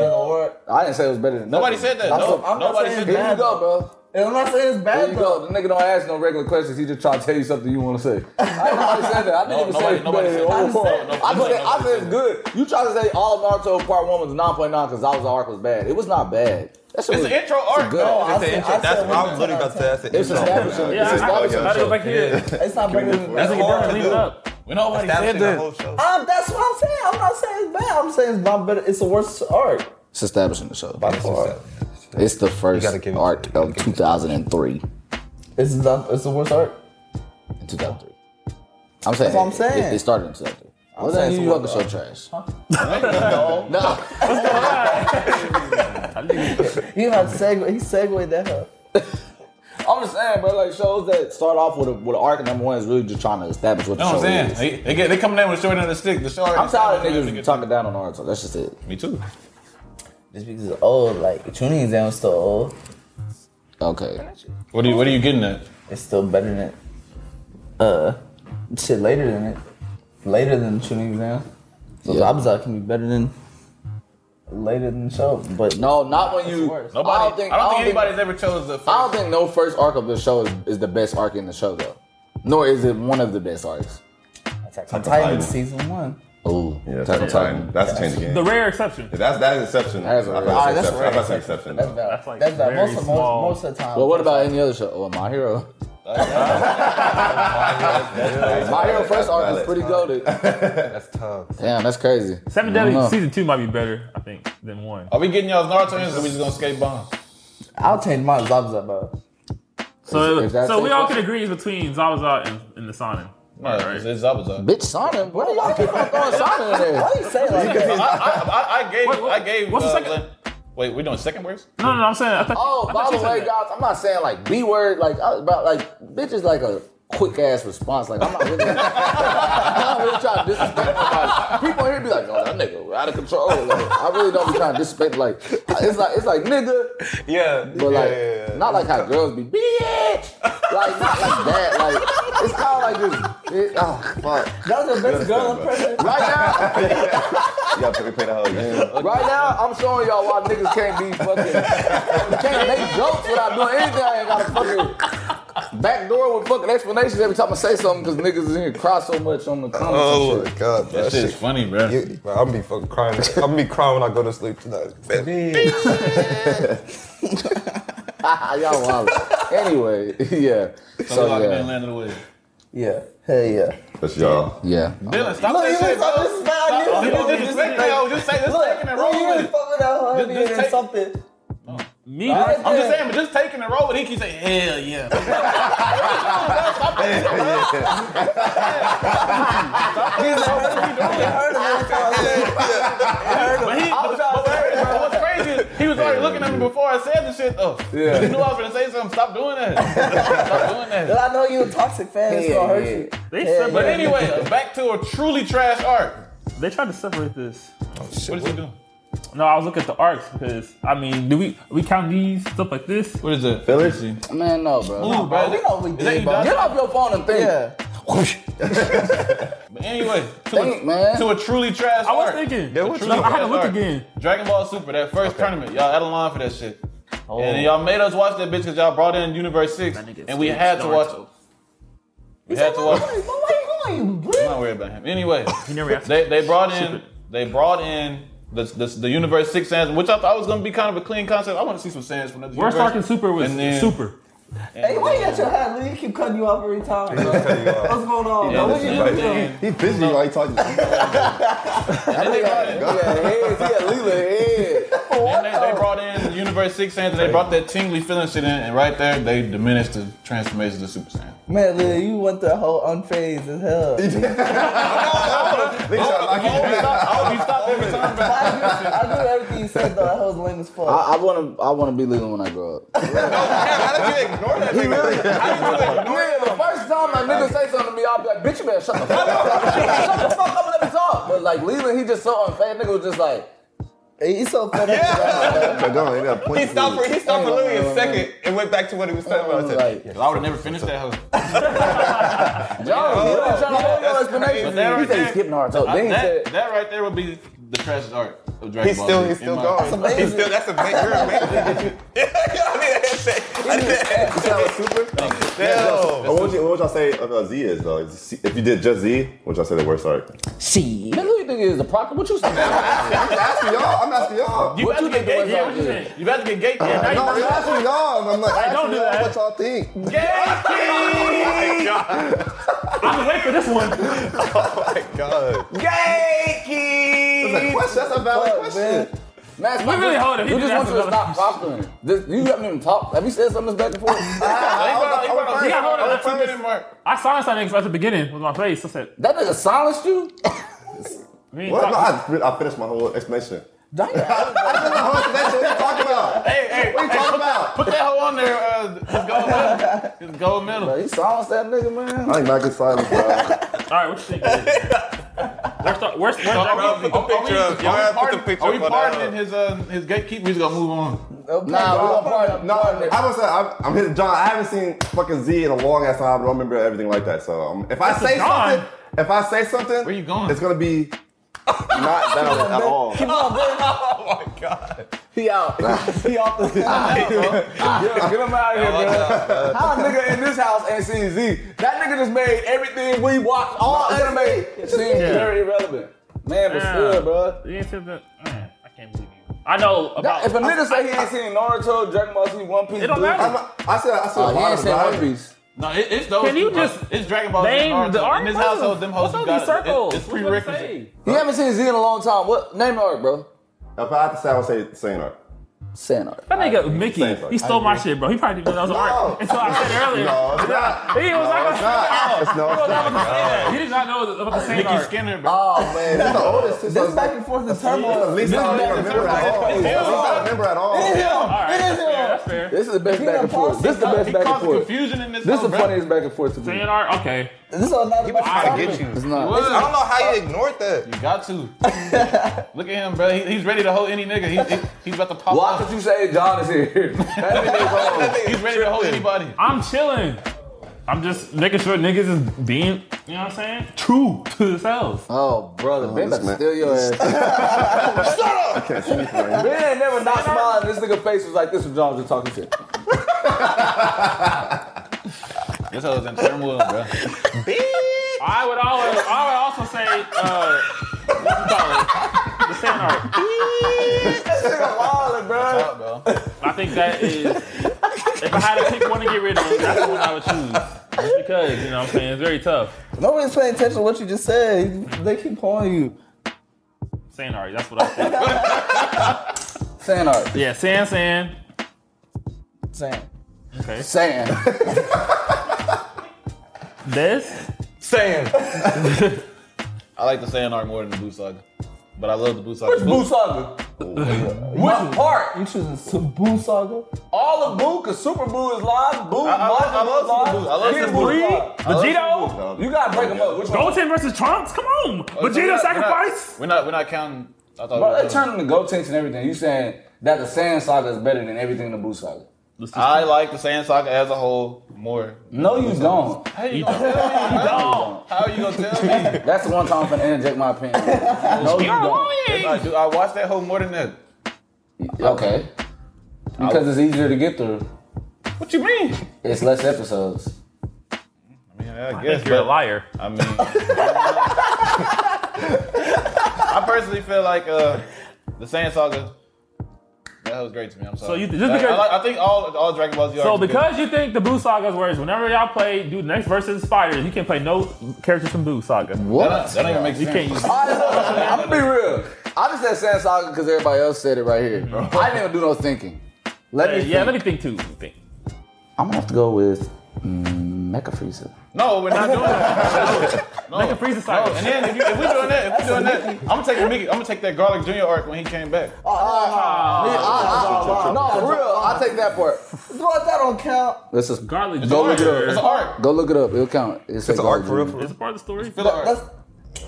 Speaker 1: I didn't say it was better than
Speaker 4: Nobody
Speaker 1: nothing.
Speaker 4: said that.
Speaker 1: I'm
Speaker 4: No,
Speaker 1: so- I'm
Speaker 5: not
Speaker 4: nobody
Speaker 5: saying
Speaker 4: said
Speaker 5: that.
Speaker 1: Here you
Speaker 4: that.
Speaker 1: go, bro.
Speaker 5: And I'm not saying it's
Speaker 1: Here
Speaker 5: bad,
Speaker 1: you
Speaker 5: though.
Speaker 1: go. The nigga don't ask no regular questions. He just trying to tell you something you want to say. I ain't nobody said that. I didn't even
Speaker 4: nobody-
Speaker 1: say
Speaker 4: nobody
Speaker 1: that.
Speaker 4: said that.
Speaker 1: I, just
Speaker 4: No, no,
Speaker 1: I,
Speaker 4: nobody-
Speaker 1: said, I
Speaker 4: nobody
Speaker 1: said it's
Speaker 4: said
Speaker 1: good. You try to say all of Naruto Part 1 was 9.9 because I was the arc was bad. It was not bad. That shit
Speaker 4: It's
Speaker 1: was
Speaker 4: an intro
Speaker 1: it's a
Speaker 4: arc,
Speaker 1: good-
Speaker 4: no,
Speaker 5: I said-
Speaker 6: That's the intro.
Speaker 5: I said
Speaker 6: That's what I
Speaker 5: we-
Speaker 6: was literally about to say. That's the
Speaker 1: It's
Speaker 6: intro.
Speaker 1: establishing.
Speaker 3: Yeah,
Speaker 1: It's
Speaker 3: I, I,
Speaker 1: establishing.
Speaker 3: I, gotta go back here.
Speaker 5: It's not better than
Speaker 3: That's
Speaker 6: That's
Speaker 3: a
Speaker 6: hard to
Speaker 3: good leave it
Speaker 6: do.
Speaker 3: up.
Speaker 4: When nobody said
Speaker 6: Establishing the
Speaker 4: that.
Speaker 6: whole show.
Speaker 5: Um, that's what I'm saying. I'm not saying it's bad. I'm saying it's not better. It's the worst art.
Speaker 1: It's establishing the show.
Speaker 5: By far.
Speaker 1: It's the first
Speaker 6: gotta give it- you
Speaker 1: arc
Speaker 6: gotta
Speaker 1: of 2003.
Speaker 5: It's the, it's the worst art.
Speaker 1: in 2003. I'm saying
Speaker 5: That's what I'm
Speaker 1: it-
Speaker 5: saying.
Speaker 1: It, it started in 2003. Well,
Speaker 5: saying
Speaker 1: then
Speaker 5: it's
Speaker 1: you
Speaker 5: one
Speaker 1: fucking so trash.
Speaker 4: No.
Speaker 1: No,
Speaker 5: You had segue. He segued that up.
Speaker 1: I'm just saying, bro. Like shows that start off with a, with an arc number one is really just trying to establish what the
Speaker 4: You know what
Speaker 1: show
Speaker 4: I'm saying?
Speaker 1: is.
Speaker 4: They, they, get, they coming in with short end of the stick. The show already
Speaker 1: I'm tired of
Speaker 4: established
Speaker 1: niggas
Speaker 4: that
Speaker 1: talking down on Naruto. That's just it.
Speaker 4: nigga- Me too.
Speaker 5: Just because it's old, like tuning exam is still old.
Speaker 1: Okay.
Speaker 4: What are you, what are you getting at?
Speaker 5: It's still better than it. Uh, shit later than it. Later than tuning exam. So
Speaker 1: Yeah.
Speaker 5: Zabuza can be better than later than show. But
Speaker 1: No, not when you.
Speaker 5: worse.
Speaker 4: Nobody.
Speaker 1: I don't think.
Speaker 4: anybody's ever chose the first.
Speaker 1: I don't think no first arc of the show is, is the best arc in the show though. Nor is it one of the best arcs.
Speaker 5: Attack on Titan season one.
Speaker 1: Oh,
Speaker 2: Yeah, that's what I'm talking. That's changing game.
Speaker 3: The rare exception.
Speaker 2: That's that is exception.
Speaker 1: That's a-
Speaker 2: I
Speaker 1: Ah,
Speaker 2: thought
Speaker 5: that's
Speaker 2: that's exception. I
Speaker 5: right.
Speaker 2: thought that's exception.
Speaker 5: That's
Speaker 2: though.
Speaker 5: valid.
Speaker 3: That's like
Speaker 5: That's valid.
Speaker 3: very
Speaker 5: Most of
Speaker 3: small.
Speaker 5: most, most of the time.
Speaker 1: But what about any other show? Oh, My Hero. My Hero first arc was
Speaker 2: valid.
Speaker 1: pretty goaded.
Speaker 6: That's tough.
Speaker 1: Damn, that's crazy.
Speaker 3: Seven
Speaker 1: I don't know.
Speaker 3: Deadly season two might be better, I think, than one.
Speaker 4: Are we getting y'all's Naruto ends or we just gonna skate bombs?
Speaker 5: I'll change my Zabuza, bro.
Speaker 3: So,
Speaker 1: Is- is that
Speaker 3: so we all
Speaker 1: safe?
Speaker 3: can agree it's between Zabuza and, and the Sonnen.
Speaker 4: No, it's, it's Zabuza.
Speaker 1: Bitch, Sonic. What are y'all keep on throwing Sonic in there?
Speaker 5: Why you say it like that?
Speaker 4: I, I, I, I gave.
Speaker 3: Wait, what-
Speaker 4: I gave.
Speaker 3: what's the
Speaker 4: uh,
Speaker 3: second-
Speaker 4: Glenn- Wait, we doing second worst?
Speaker 3: No, no, no, I'm saying. I thought,
Speaker 1: Oh,
Speaker 3: I thought
Speaker 1: by
Speaker 3: you
Speaker 1: the
Speaker 3: said
Speaker 1: way,
Speaker 3: that.
Speaker 1: guys, I'm not saying like B word. Like, I was about like bitch is like a quick ass response. Like, I'm not really, I'm not really trying to disrespect nobody. People here be like, oh, that nigga out of control. Like, I really don't be trying to disrespect. Like, it's like it's like nigga,
Speaker 6: Yeah.
Speaker 1: but
Speaker 6: yeah,
Speaker 1: like
Speaker 6: yeah, yeah.
Speaker 1: not like how girls be bitch. Like not like that. Like it's kind of like this. It, oh fuck.
Speaker 5: That was the best girl impression.
Speaker 1: Right now.
Speaker 2: You gotta play- play the whole game.
Speaker 1: Right now, I'm showing y'all why niggas can't be fucking can't make jokes without doing anything. I ain't got to fucking backdoor with fucking explanations every time I say something because niggas in here cry so much on the comments.
Speaker 6: Oh
Speaker 1: and
Speaker 6: my
Speaker 1: shit.
Speaker 6: god, bro.
Speaker 4: That shit's funny, bro.
Speaker 6: You- bro, I'm be fucking crying. I'm gonna be crying when I go to sleep tonight.
Speaker 1: Ah, y'all wild. Anyway, yeah.
Speaker 4: So
Speaker 1: So
Speaker 4: I can
Speaker 1: yeah,
Speaker 4: land of the wave.
Speaker 5: Yeah. Hell yeah.
Speaker 2: That's y'all.
Speaker 1: yeah.
Speaker 4: Dylan, stop that shit,
Speaker 5: thought
Speaker 4: bro.
Speaker 5: this is bad. I knew it.
Speaker 4: You disrespect me. yo. Just say this taking and
Speaker 5: Look, you
Speaker 4: roll
Speaker 5: really
Speaker 4: with it.
Speaker 5: fuck with that honey
Speaker 4: Just- just
Speaker 5: and
Speaker 4: take-
Speaker 5: something.
Speaker 3: Me,
Speaker 5: Right
Speaker 4: I'm just
Speaker 5: there.
Speaker 4: saying, but just taking and roll with it. He keeps saying, hell yeah.
Speaker 5: I heard of it.
Speaker 4: But he, but, but wait, bro, what's crazy is he was already looking at me before I said the shit though.
Speaker 1: Yeah.
Speaker 4: He knew I was gonna say something. Stop doing that. Stop doing that.
Speaker 5: I know you a toxic fan. It's
Speaker 1: Yeah,
Speaker 5: gonna hurt
Speaker 1: yeah.
Speaker 5: you.
Speaker 3: they,
Speaker 5: Yeah,
Speaker 4: But
Speaker 3: separate,
Speaker 4: anyway, uh, back to a truly trash art.
Speaker 3: they tried to separate this.
Speaker 4: What is he doing?
Speaker 3: No, I was looking at the arcs because I mean, do we we count these stuff like this?
Speaker 4: What is it?
Speaker 2: Phillies?
Speaker 1: Man, no, bro.
Speaker 4: Ooh, bro.
Speaker 5: We know we
Speaker 4: Is
Speaker 5: did,
Speaker 4: that you,
Speaker 5: bro.
Speaker 4: Dodger?
Speaker 1: Get off your phone and think.
Speaker 5: Yeah.
Speaker 4: But anyway, to,
Speaker 1: Think,
Speaker 4: a,
Speaker 1: man.
Speaker 4: to a truly trash
Speaker 3: I was
Speaker 4: art.
Speaker 3: thinking.
Speaker 4: A
Speaker 3: No,
Speaker 4: truly
Speaker 3: I had to
Speaker 4: trash
Speaker 3: look
Speaker 4: art.
Speaker 3: again.
Speaker 4: Dragon Ball Super, that first tournament, y'all had a line for that shit. And then y'all made us watch that bitch because y'all brought in Universe 6,
Speaker 3: nigga
Speaker 4: and we
Speaker 3: Steve
Speaker 4: had to watch
Speaker 3: Naruto.
Speaker 4: it. We had to watch it.
Speaker 5: But why you going,
Speaker 4: I'm
Speaker 5: bro?
Speaker 4: not worried about him. Anyway,
Speaker 3: He never asked.
Speaker 4: they they brought
Speaker 3: Ship
Speaker 4: in
Speaker 3: it.
Speaker 4: they brought in the the, the universe six sands, which I thought was gonna be kind of a clean concept. I want to see some sands from another
Speaker 3: Worst arc
Speaker 4: universe.
Speaker 3: in Super was
Speaker 4: And then-
Speaker 3: Super.
Speaker 5: Hey, why you got your hat? Lee? He keep cutting you off every time, bro. What's going on?
Speaker 4: Yeah,
Speaker 5: bro? What
Speaker 4: this
Speaker 5: you
Speaker 4: is
Speaker 5: doing?
Speaker 4: right. And
Speaker 2: He busy while he talking. to
Speaker 1: That nigga had- he had heads. He had Leela head.
Speaker 4: and they, they brought in the universe six sands, and they brought that tingly feeling shit in, and right there they diminished the transformation to Super Saiyan.
Speaker 5: Man, Lee, you went through a whole unfazed as hell.
Speaker 2: you. They try to lock you down.
Speaker 4: I hope you stopped every time. bro.
Speaker 5: I knew, I knew everything you said though. That was lame as fuck.
Speaker 1: I want to. I want to be Leela when I grow up.
Speaker 6: How did you ignore that? nigga?
Speaker 1: Nigga, the first time a nigga say something to me, I'll be like, bitch, you better shut the fuck up. shut the fuck up and let me talk. But like Leland, he just so unfair. Nigga was just like,
Speaker 5: He's so fed up.
Speaker 2: But go on, you got a point.
Speaker 6: He stopped for he stopped for
Speaker 5: Hey,
Speaker 6: literally
Speaker 5: no, no,
Speaker 6: a
Speaker 5: no,
Speaker 6: second and went back to what he was talking about. I said,
Speaker 5: Like,
Speaker 4: I would have never finished that house.
Speaker 1: Y'all really trying to hold your
Speaker 6: that's
Speaker 1: explanation.
Speaker 6: crazy.
Speaker 1: He said he's skipping hard. So then he
Speaker 4: That,
Speaker 1: said,
Speaker 4: that right there would be the trash art of Dragon
Speaker 6: He's
Speaker 4: Ball.
Speaker 6: still
Speaker 4: Z,
Speaker 6: he's
Speaker 4: in
Speaker 6: still
Speaker 4: my-
Speaker 6: going. He's still that's a big you're amazing. Yeah, I need a headset. I need a headset.
Speaker 2: That was super.
Speaker 6: Yo.
Speaker 2: Oh, what, would you, what would y'all say about Z is though? Is C- If you did just Z, what y'all say the worst arc?
Speaker 1: nigga, who you think is the proctor? What you saying?
Speaker 2: I'm asking y'all. I'm asking y'all.
Speaker 3: You
Speaker 1: What
Speaker 3: about
Speaker 1: you
Speaker 3: to
Speaker 1: think
Speaker 3: get gay?
Speaker 1: was
Speaker 3: Yeah,
Speaker 1: out
Speaker 3: what you
Speaker 1: there?
Speaker 3: saying? You about to get gay? Yeah, now you
Speaker 2: No,
Speaker 3: about
Speaker 2: I'm
Speaker 3: to
Speaker 2: asking y'all. I'm like,
Speaker 3: Hey, don't
Speaker 2: asking
Speaker 3: do
Speaker 2: y'all
Speaker 3: that.
Speaker 2: what y'all think.
Speaker 3: get gay. I was waiting for this one.
Speaker 2: That's a question. That's a valid question.
Speaker 1: Mass
Speaker 3: We really hold him. He
Speaker 1: You
Speaker 3: just
Speaker 1: just want you to
Speaker 3: asked
Speaker 1: stop proctoring. This- You haven't even talked. Have you said something back and forth?
Speaker 4: He brought up- he
Speaker 3: Yeah, hold
Speaker 4: brought
Speaker 3: on.
Speaker 4: up two minute mark.
Speaker 3: I silenced that nigga at the beginning with my face. I said,
Speaker 1: that nigga silenced you?
Speaker 3: we ain't
Speaker 2: What? No,
Speaker 3: talking.
Speaker 2: I, fin- I finished my whole explanation.
Speaker 5: damn.
Speaker 2: I finished my whole explanation. What are you talking about?
Speaker 4: Hey, hey,
Speaker 2: What are you
Speaker 4: hey,
Speaker 2: talking about?
Speaker 4: Put that hoe on there. Uh, his gold medal. His gold medal.
Speaker 1: He silenced that nigga, man.
Speaker 2: I ain't not good silence, bro.
Speaker 3: All right, what you think? Where's the where's where's
Speaker 6: Y'all gotta
Speaker 3: Dragon
Speaker 6: put the
Speaker 3: Ball?
Speaker 6: picture up. Y'all gotta put the picture
Speaker 4: Are we
Speaker 6: up on
Speaker 4: pardoning
Speaker 6: that.
Speaker 4: his uh, his gatekeeper? He's gonna move on.
Speaker 1: Nah, we gonna part
Speaker 2: No, I was. I'm, I'm hitting John. I haven't seen fucking Z in a long ass time. I don't remember everything like that. So um, if I
Speaker 3: That's
Speaker 2: say
Speaker 3: John.
Speaker 2: something, if I say something,
Speaker 4: Where you going?
Speaker 2: It's gonna be not that at all.
Speaker 6: Oh my god.
Speaker 1: He out. he off the Get him out of here, man. How a nigga in this house ain't seen Z? That nigga just made everything we watch, all anime, seem very irrelevant. Man, but
Speaker 3: Yeah.
Speaker 1: still, bro.
Speaker 3: You ain't said that. Man, I can't believe you. I know about.
Speaker 1: That, if a nigga say he ain't seen Naruto, Dragon Ball Z, One Piece,
Speaker 3: It don't
Speaker 1: Bleach,
Speaker 2: I'm
Speaker 3: matter.
Speaker 2: not, I said. I said a
Speaker 1: uh, he
Speaker 2: lot
Speaker 1: ain't
Speaker 2: of
Speaker 1: seen One
Speaker 2: John.
Speaker 1: Piece.
Speaker 4: No, it, it's those.
Speaker 3: Can
Speaker 4: two,
Speaker 3: you
Speaker 4: bro.
Speaker 3: just
Speaker 4: it's Dragon Ball Z and
Speaker 3: Name the
Speaker 4: Naruto.
Speaker 3: art.
Speaker 4: In this household, them
Speaker 3: What's
Speaker 4: hoes you
Speaker 3: on these
Speaker 4: got
Speaker 3: circles?
Speaker 4: It's
Speaker 3: What you about to
Speaker 4: prerequisite.
Speaker 3: say?
Speaker 1: You haven't seen Z in a long time. What name the art, bro?
Speaker 2: If I had to say, I would say Saint Art.
Speaker 1: Sand art.
Speaker 3: That nigga Mickey,
Speaker 2: Same thing.
Speaker 3: he stole my shit, bro. He probably didn't even know that was
Speaker 2: No.
Speaker 3: art until I said earlier.
Speaker 2: No, it's not.
Speaker 3: He was not
Speaker 2: No,
Speaker 3: gonna
Speaker 2: it's
Speaker 3: say
Speaker 2: not.
Speaker 3: that.
Speaker 2: It's no,
Speaker 3: He was
Speaker 2: it's
Speaker 3: not
Speaker 2: not.
Speaker 3: gonna say that. He did not know about the same
Speaker 4: Mickey
Speaker 3: art.
Speaker 4: Skinner, bro.
Speaker 1: Oh man,
Speaker 2: It's the oldest. It's
Speaker 5: This
Speaker 2: the-
Speaker 5: back and forth is
Speaker 2: At
Speaker 5: turmoil.
Speaker 2: least I
Speaker 1: back
Speaker 2: don't
Speaker 1: and
Speaker 2: remember
Speaker 1: forth.
Speaker 2: at all. At least I don't remember at all.
Speaker 3: All right, that's fair. That's fair.
Speaker 1: this is the best
Speaker 5: He
Speaker 1: back
Speaker 5: done
Speaker 1: and forth.
Speaker 5: paused
Speaker 1: This is the
Speaker 5: his-
Speaker 1: best
Speaker 4: He
Speaker 1: back and
Speaker 4: caused
Speaker 1: forth.
Speaker 4: confusion in this.
Speaker 1: This is
Speaker 4: house,
Speaker 1: the
Speaker 4: bro.
Speaker 1: funniest back and forth to
Speaker 3: Sand
Speaker 1: me.
Speaker 3: art, okay.
Speaker 5: This is another back and
Speaker 6: I
Speaker 5: forth.
Speaker 6: get you.
Speaker 1: It's not.
Speaker 6: I don't know how you ignored that.
Speaker 4: You got to. Look at him, bro. He, he's ready to hold any nigga. He, he, he's about to pop
Speaker 1: Why
Speaker 4: off.
Speaker 1: could you say John is here? That nigga's on.
Speaker 4: He's ready to hold anybody.
Speaker 3: I'm chilling. I'm just making sure niggas is being, you know what I'm saying, true to themselves.
Speaker 1: Oh, brother, Ben about
Speaker 2: this
Speaker 1: to
Speaker 2: man-
Speaker 1: steal your ass. Shut up! Ben never not smiling. This nigga face was like this when John was just talking shit.
Speaker 4: This hoe's in turmoil, bro.
Speaker 3: I would always, I would also say, uh, what you call it? The sand art.
Speaker 4: Out, bro.
Speaker 3: I think that is, if I had to pick one to get rid of, that's the one I would choose. Just because, you know what I'm saying, it's very tough.
Speaker 5: Nobody's paying attention to what you just said. They keep calling you.
Speaker 3: Sand art, that's what I think.
Speaker 1: Sand art.
Speaker 3: Yeah, sand, sand.
Speaker 5: Sam.
Speaker 3: Okay.
Speaker 1: Sand.
Speaker 3: This?
Speaker 6: Saying.
Speaker 4: I like the Saiyan art more than the Blue Saga. But I love the Blue Saga.
Speaker 1: Which Boo Saga? Which part?
Speaker 5: You choosing Sabu Saga?
Speaker 1: All of Boo, because Super Boo is live. Boo,
Speaker 4: I love-
Speaker 1: Majin
Speaker 4: I
Speaker 1: Buu
Speaker 4: love
Speaker 1: is live. Kid
Speaker 4: Super Buu. I love Super
Speaker 1: Buu
Speaker 4: Buu.
Speaker 1: is
Speaker 3: Three?
Speaker 1: live.
Speaker 3: Vegito?
Speaker 1: You gotta break them up. Which one?
Speaker 3: Goten versus Trunks? Come on!
Speaker 4: Oh,
Speaker 3: Vegeta sacrifice?
Speaker 4: We're not, we're not counting. I thought
Speaker 1: Bro,
Speaker 4: we
Speaker 1: they
Speaker 4: were
Speaker 1: turned into Gotenks and everything. You saying that the Sand Saga is better than everything in the Boo Saga?
Speaker 4: I like the Saiyan Saga as a whole more.
Speaker 1: No, you don't.
Speaker 4: How you gonna tell me?
Speaker 3: No.
Speaker 4: How you gonna tell me?
Speaker 1: That's the one time I'm gonna interject my opinion. No, you
Speaker 3: You're
Speaker 1: don't.
Speaker 4: I,
Speaker 3: lying!
Speaker 4: do, I watched that whole more than that.
Speaker 1: Okay. Because it's easier to get through.
Speaker 4: What you mean?
Speaker 1: It's less episodes.
Speaker 4: I mean, I
Speaker 3: I
Speaker 4: guess
Speaker 3: think you're a
Speaker 4: but-
Speaker 3: liar.
Speaker 4: I mean, I personally feel like uh, the Saiyan Saga. That was great to me. I'm sorry.
Speaker 3: So you- just
Speaker 4: Like,
Speaker 3: because-
Speaker 4: I, like- I think all all Dragon Ball Z.
Speaker 3: So
Speaker 4: arcs are good.
Speaker 3: because you think the Boo Saga's worse, whenever y'all play, do next versus fighters, you can play no characters from Boo Saga.
Speaker 4: that, don't- that don't even make
Speaker 3: You
Speaker 4: sense.
Speaker 3: can't use.
Speaker 1: I am gonna be real. I just said Sand Saga because everybody else said it right here. I didn't even do no thinking. Let me.
Speaker 3: Hey, yeah,
Speaker 1: think.
Speaker 3: let me think too. Think.
Speaker 1: I'm gonna have to go with mm, Mecha Frieza.
Speaker 4: No, we're not doing that. No, no.
Speaker 3: Make a freezer cycle.
Speaker 4: And then if, you, if we're doing that, if we're doing that, I'm gonna take the Mickey. I'm gonna take that Garlic Junior arc when he came back.
Speaker 1: no, for real. I'll take that part.
Speaker 5: Bro, that don't count.
Speaker 1: Let's just go
Speaker 3: Garlic.
Speaker 1: look it
Speaker 4: It's an
Speaker 1: up.
Speaker 4: arc.
Speaker 1: Go look it up. It'll count. It's,
Speaker 6: It's an arc for real.
Speaker 3: Is it part of the story?
Speaker 4: It's an arc.
Speaker 5: That's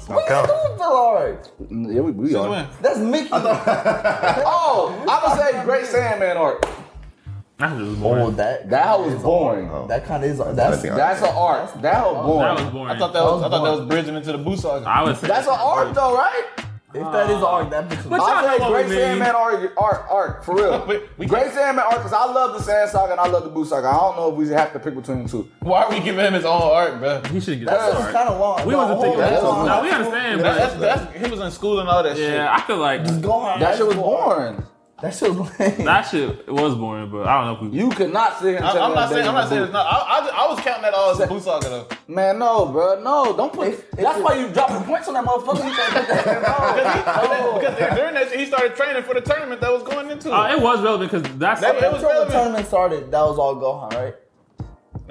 Speaker 5: What are you doing, Phil Lord?
Speaker 1: Yeah, we, we are.
Speaker 5: That's Mickey.
Speaker 1: Oh, I would say Great Sandman art.
Speaker 3: That was just
Speaker 5: oh,
Speaker 3: boring.
Speaker 5: that
Speaker 1: That hoe was boring.
Speaker 5: that kind of is that's
Speaker 2: think
Speaker 1: That's an art. That hoe
Speaker 3: That was
Speaker 1: boring.
Speaker 3: boring.
Speaker 4: I thought that was, I thought that
Speaker 5: boring.
Speaker 4: was bridging into the boo saga.
Speaker 3: I would say
Speaker 1: That's an art though, right?
Speaker 5: if that is art, that bitch.
Speaker 3: But
Speaker 5: is-
Speaker 3: y'all
Speaker 1: I
Speaker 3: know
Speaker 1: say
Speaker 3: what
Speaker 1: Great
Speaker 3: we mean.
Speaker 1: Sandman art, art, art for real.
Speaker 4: We- we
Speaker 1: Great Sandman art because I love the Sand Saga and I love the Boo Saga. I don't know if we have to pick between the two.
Speaker 4: Why are we giving him his own art, bro?
Speaker 3: he shouldn't get
Speaker 5: That's
Speaker 3: that
Speaker 5: kind
Speaker 3: art.
Speaker 5: of long.
Speaker 3: We wasn't thinking
Speaker 5: that.
Speaker 3: that.
Speaker 5: whole-
Speaker 3: No, we understand,
Speaker 4: That's,
Speaker 3: but
Speaker 4: that's, he was in school and all that
Speaker 3: yeah, I feel like
Speaker 5: Go on.
Speaker 1: That shit was boring.
Speaker 5: That shit was lame.
Speaker 3: that shit was boring, but I don't know if we.
Speaker 1: You could not sit here and
Speaker 4: shit. I,
Speaker 1: tell
Speaker 4: I'm
Speaker 1: me
Speaker 4: not
Speaker 1: that
Speaker 4: saying I'm not
Speaker 1: Boo-
Speaker 4: saying it's not. I, I, just- I was counting that all as a boo saga though.
Speaker 1: Man, no, bro, no, don't put.
Speaker 5: If- if
Speaker 1: that's
Speaker 5: it-
Speaker 1: why you dropping points on that motherfucker. You can't put that in Oh.
Speaker 4: Because because during that shit, he started training for the tournament that was going into.
Speaker 3: Uh,
Speaker 4: it.
Speaker 3: it was relevant because that's
Speaker 4: That- it
Speaker 5: Until
Speaker 4: was
Speaker 5: the
Speaker 4: relevant.
Speaker 5: tournament started, that was all Gohan, right?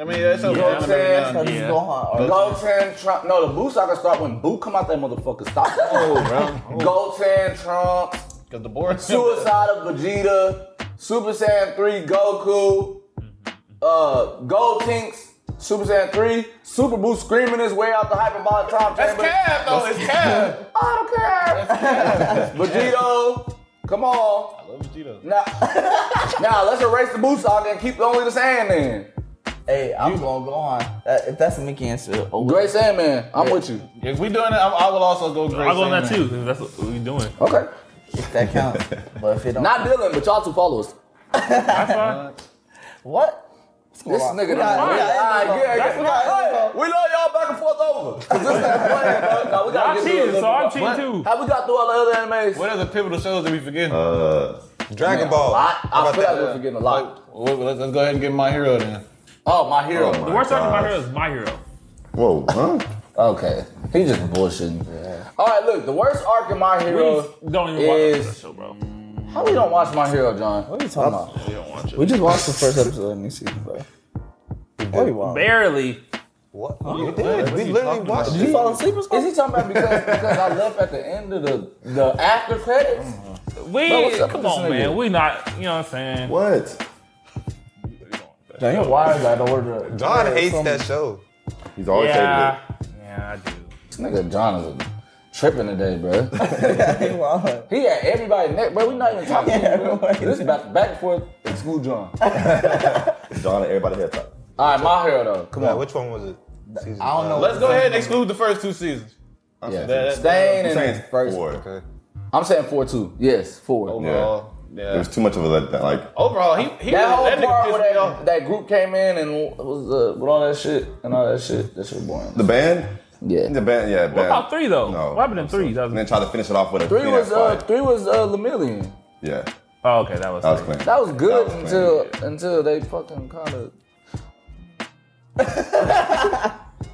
Speaker 4: I mean, that's a
Speaker 3: Yeah.
Speaker 4: yeah,
Speaker 1: Yeah.
Speaker 5: That was
Speaker 3: Yeah.
Speaker 5: Gohan. Or
Speaker 1: Goten, Trump. No, the Boo Saga start when Boo come out that motherfucker. Stop. Oh, bro. Goten, Trump,
Speaker 4: Because the board.
Speaker 1: Suicide of Vegeta, Super Saiyan 3 Goku, uh, Gold Tinks, Super Saiyan 3, Super Boo screaming his way out the hyperbolic time
Speaker 4: That's
Speaker 1: chamber.
Speaker 4: cab though. It's cab.
Speaker 1: I don't care. Vegito, come on.
Speaker 4: I love Vegeta.
Speaker 1: Now, now let's erase the Boo Saga and keep only the Sandman.
Speaker 5: Hey, I'm going Gohan. That, if that's a Mickey answer, oh,
Speaker 1: Great Sandman, I'm with you.
Speaker 4: If we doing it, I'm, I will also go great.
Speaker 3: I'll go on
Speaker 4: Saiyan.
Speaker 3: that too because that's what we doing.
Speaker 1: Okay.
Speaker 5: if that counts. but if it don't,
Speaker 1: Not Dylan, but y'all two followers.
Speaker 3: That's fine.
Speaker 5: what?
Speaker 1: This nigga
Speaker 5: We got- we got-
Speaker 1: Alright, yeah, yeah.
Speaker 5: That's fine.
Speaker 1: Hey, We love y'all back and forth over. 'Cause this nigga playing, bro. Nah, we gotta
Speaker 3: I
Speaker 1: get through a
Speaker 3: cheated,
Speaker 1: little
Speaker 3: so I'm
Speaker 1: bit.
Speaker 3: cheating too.
Speaker 1: Have we got through all the other animes?
Speaker 4: What are the pivotal shows that we forget?
Speaker 2: Uh,
Speaker 6: Dragon
Speaker 1: A
Speaker 6: Ball.
Speaker 1: lot.
Speaker 6: How
Speaker 1: I
Speaker 6: about
Speaker 1: feel like
Speaker 6: that?
Speaker 1: we're forgetting a lot.
Speaker 4: Well, let's, let's go ahead and get my hero then.
Speaker 1: Oh, my hero.
Speaker 2: Oh,
Speaker 3: The worst talking about
Speaker 2: gosh.
Speaker 3: hero is my hero.
Speaker 2: whoa, huh?
Speaker 1: Okay, he just bullshitting. All right, look, the worst arc in my hero.
Speaker 3: We don't even watch
Speaker 1: is-
Speaker 3: that show, bro.
Speaker 1: How we don't watch my hero, John?
Speaker 5: What are you talking about?
Speaker 3: We don't watch it.
Speaker 5: We just watched the first episode of the new season, bro. What are you watching?
Speaker 3: Barely.
Speaker 6: What? You did. We literally watched
Speaker 5: Did you fall asleep or
Speaker 1: Is
Speaker 5: something?
Speaker 1: he talking about because because I left at the end of the the after credits?
Speaker 3: We
Speaker 1: Bro, what's up
Speaker 3: come
Speaker 1: with this
Speaker 3: on,
Speaker 1: nigga?
Speaker 3: man. We not. You know what I'm saying?
Speaker 2: What?
Speaker 5: John, your wires out of order.
Speaker 6: John
Speaker 5: Yeah,
Speaker 6: hates
Speaker 5: some-
Speaker 6: that show.
Speaker 2: He's always
Speaker 3: Yeah.
Speaker 2: hated
Speaker 3: Yeah, I do.
Speaker 1: This nigga John is tripping today, bro.
Speaker 5: Hey, wow.
Speaker 1: He had everybody neck, bro. We not even talking.
Speaker 5: Yeah,
Speaker 1: bro.
Speaker 5: right.
Speaker 1: This is back, back and forth. Exclude John. All
Speaker 2: it. John and everybody here top.
Speaker 1: right, my hero though. Come
Speaker 6: Yeah,
Speaker 1: on.
Speaker 6: which one was it? Season
Speaker 5: I don't know.
Speaker 4: Let's go ahead and exclude the first two seasons.
Speaker 1: Yeah.
Speaker 4: that-
Speaker 1: Stain and
Speaker 2: Saying
Speaker 1: first.
Speaker 2: four.
Speaker 6: Okay.
Speaker 1: I'm saying four two. Yes, four.
Speaker 4: Oh, Overall,
Speaker 2: It
Speaker 4: yeah.
Speaker 2: was too much of a letdown. Like,
Speaker 4: Overall, he he
Speaker 1: That whole
Speaker 4: that nigga
Speaker 1: part
Speaker 4: pissed
Speaker 1: where
Speaker 4: me off.
Speaker 1: that, that group came in and was uh, with all that shit and all that shit. That shit was boring.
Speaker 2: the band?
Speaker 1: Yeah.
Speaker 2: The band, yeah, band.
Speaker 3: About three though.
Speaker 2: No.
Speaker 3: What happened in three? That
Speaker 2: And
Speaker 3: was,
Speaker 2: then try to finish it off with a
Speaker 1: Three was uh,
Speaker 2: fight.
Speaker 1: three was uh, Lemillion.
Speaker 2: Yeah, that
Speaker 3: oh, okay, that was.
Speaker 2: was
Speaker 3: three.
Speaker 2: clean.
Speaker 1: That was good
Speaker 2: That was
Speaker 1: until until they fucking kind of.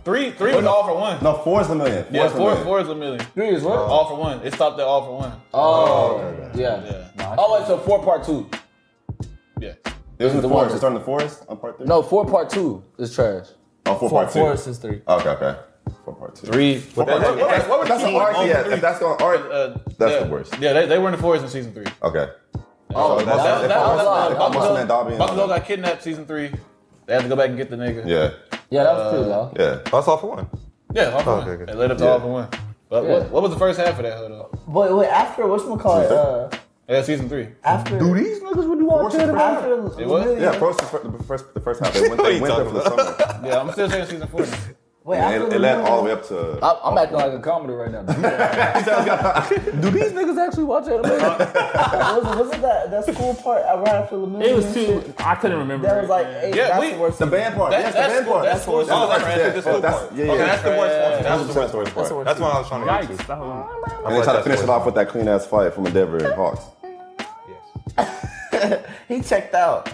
Speaker 4: Three three was all for one.
Speaker 2: No, four is the million. Four
Speaker 4: yeah,
Speaker 2: is the
Speaker 4: four
Speaker 2: million.
Speaker 4: four is a million.
Speaker 1: Three is what?
Speaker 4: All for one. It stopped at all for one.
Speaker 1: Oh, yeah.
Speaker 4: Yeah,
Speaker 1: Oh wait, so four part two.
Speaker 4: yeah.
Speaker 2: It was in the,
Speaker 1: The one-
Speaker 2: forest. It's starting the forest on part three?
Speaker 1: No, four part two is trash.
Speaker 2: Oh, four, part two.
Speaker 5: Forest is three.
Speaker 2: Okay, okay. Four part two.
Speaker 4: Three. What,
Speaker 2: part
Speaker 4: what-
Speaker 2: two.
Speaker 4: what- what were the
Speaker 2: That's an
Speaker 4: teams
Speaker 2: art,
Speaker 4: on
Speaker 2: yeah.
Speaker 4: three?
Speaker 2: If that's going art,
Speaker 4: Uh,
Speaker 2: That's
Speaker 4: yeah.
Speaker 2: the worst.
Speaker 4: Yeah, they, they were in the forest in season three.
Speaker 2: okay.
Speaker 1: Oh,
Speaker 2: So that's-
Speaker 1: that-
Speaker 2: if
Speaker 1: that
Speaker 2: I
Speaker 1: was a lot.
Speaker 2: if I
Speaker 1: That was
Speaker 2: was
Speaker 1: a-
Speaker 2: on that Dobby and all
Speaker 4: Buffalo
Speaker 2: that-
Speaker 4: got kidnapped season three. They had to go back and get the nigga.
Speaker 2: Yeah,
Speaker 1: Yeah, that was pretty low.
Speaker 2: yeah.
Speaker 6: That's all for one.
Speaker 4: Yeah, all for
Speaker 6: Oh,
Speaker 4: one.
Speaker 6: okay, okay.
Speaker 4: They led up to
Speaker 2: Yeah.
Speaker 4: all for one. But
Speaker 1: Yeah.
Speaker 4: what, what was the first half of that? Hold on.
Speaker 5: But wait, after what's gonna call it? Uh,
Speaker 4: Yeah, season three.
Speaker 5: after do
Speaker 2: these
Speaker 5: niggas would do all
Speaker 2: Forest is pretty
Speaker 5: After
Speaker 4: It was?
Speaker 5: Lemillion-
Speaker 2: Yeah, first, the fir- the first, the first half. They went,
Speaker 6: What are
Speaker 2: they
Speaker 6: you
Speaker 2: went there for
Speaker 6: talking
Speaker 2: the summer.
Speaker 4: Yeah, I'm still saying season four. now.
Speaker 5: Wait,
Speaker 2: And
Speaker 5: after
Speaker 2: it, it led
Speaker 5: Lemillion-
Speaker 2: all the way up to.
Speaker 1: I, I'm acting like a comedy right now. Do these niggas actually watch anime?
Speaker 5: was, was it that that school part uh, right after the
Speaker 3: It was too. I couldn't remember.
Speaker 5: That was like
Speaker 3: man.
Speaker 5: eight.
Speaker 4: Yeah,
Speaker 5: that's
Speaker 4: we-
Speaker 5: the worst.
Speaker 2: the band part.
Speaker 4: That's-
Speaker 2: yes,
Speaker 4: that's
Speaker 2: the band
Speaker 4: cool.
Speaker 2: part.
Speaker 4: That's cool.
Speaker 2: That's
Speaker 4: Oh, that's
Speaker 2: the
Speaker 4: right.
Speaker 2: worst.
Speaker 4: That's
Speaker 2: Yeah,
Speaker 4: cool
Speaker 2: that's-
Speaker 4: part.
Speaker 2: Yeah, yeah.
Speaker 6: Okay, that's the worst
Speaker 2: That was the
Speaker 6: one.
Speaker 2: worst, worst part.
Speaker 6: That's what I was trying to
Speaker 3: Yikes!
Speaker 6: get to.
Speaker 3: That was,
Speaker 2: And they tried to finish it off with that clean ass fight from Endeavor and Hawks.
Speaker 5: He checked out.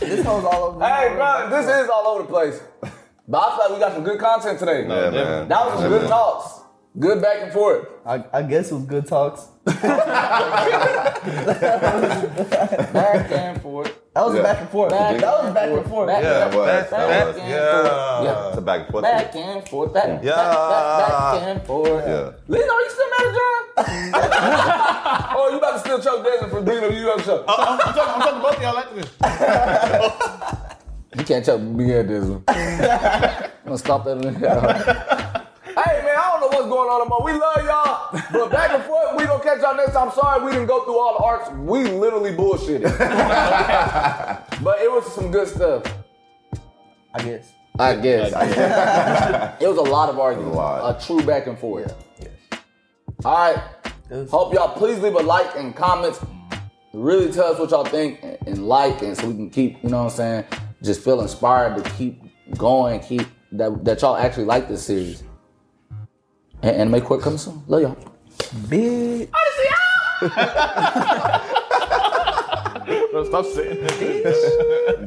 Speaker 5: this hoe's all over.
Speaker 1: hey, bro, this is all over the place. But I feel like we got some good content today.
Speaker 2: Yeah, man.
Speaker 1: That was some
Speaker 2: Yeah,
Speaker 1: good
Speaker 2: man.
Speaker 1: talks. Good back and forth.
Speaker 5: I, I guess it was good talks.
Speaker 1: Back and forth.
Speaker 5: That was
Speaker 2: Yeah.
Speaker 5: back and forth.
Speaker 1: Back
Speaker 5: that was back and
Speaker 1: and
Speaker 5: forth.
Speaker 1: Back
Speaker 2: Yeah, it was.
Speaker 6: That-
Speaker 2: That was.
Speaker 1: and
Speaker 6: Yeah. Uh,
Speaker 2: It's a back and forth.
Speaker 1: Back and forth. Back, back, back, back and forth.
Speaker 2: Yeah.
Speaker 1: Lino, are you still mad at John? oh, you about to still choke Desmond for bringing up you up show.
Speaker 4: I'm, I'm talking, I'm talking both of y'all like this.
Speaker 1: You can't tell me at this one. I'm gonna stop that. in there. Hey man, I don't know what's going on anymore. We love y'all, but back and forth, we gonna catch y'all next time. Sorry, we didn't go through all the arcs. We literally bullshitted, but it was some good stuff.
Speaker 5: I guess.
Speaker 1: I guess. it was a lot of arguments.
Speaker 2: A lot.
Speaker 1: A true back and forth. All right. Hope y'all please leave a like and comments. Really tell us what y'all think and, and like, and so we can keep, you know what I'm saying, just feel inspired to keep going, keep that, that y'all actually like this series. And Anime Quick coming soon. Love y'all.
Speaker 5: Big.
Speaker 4: Bro, stop saying that.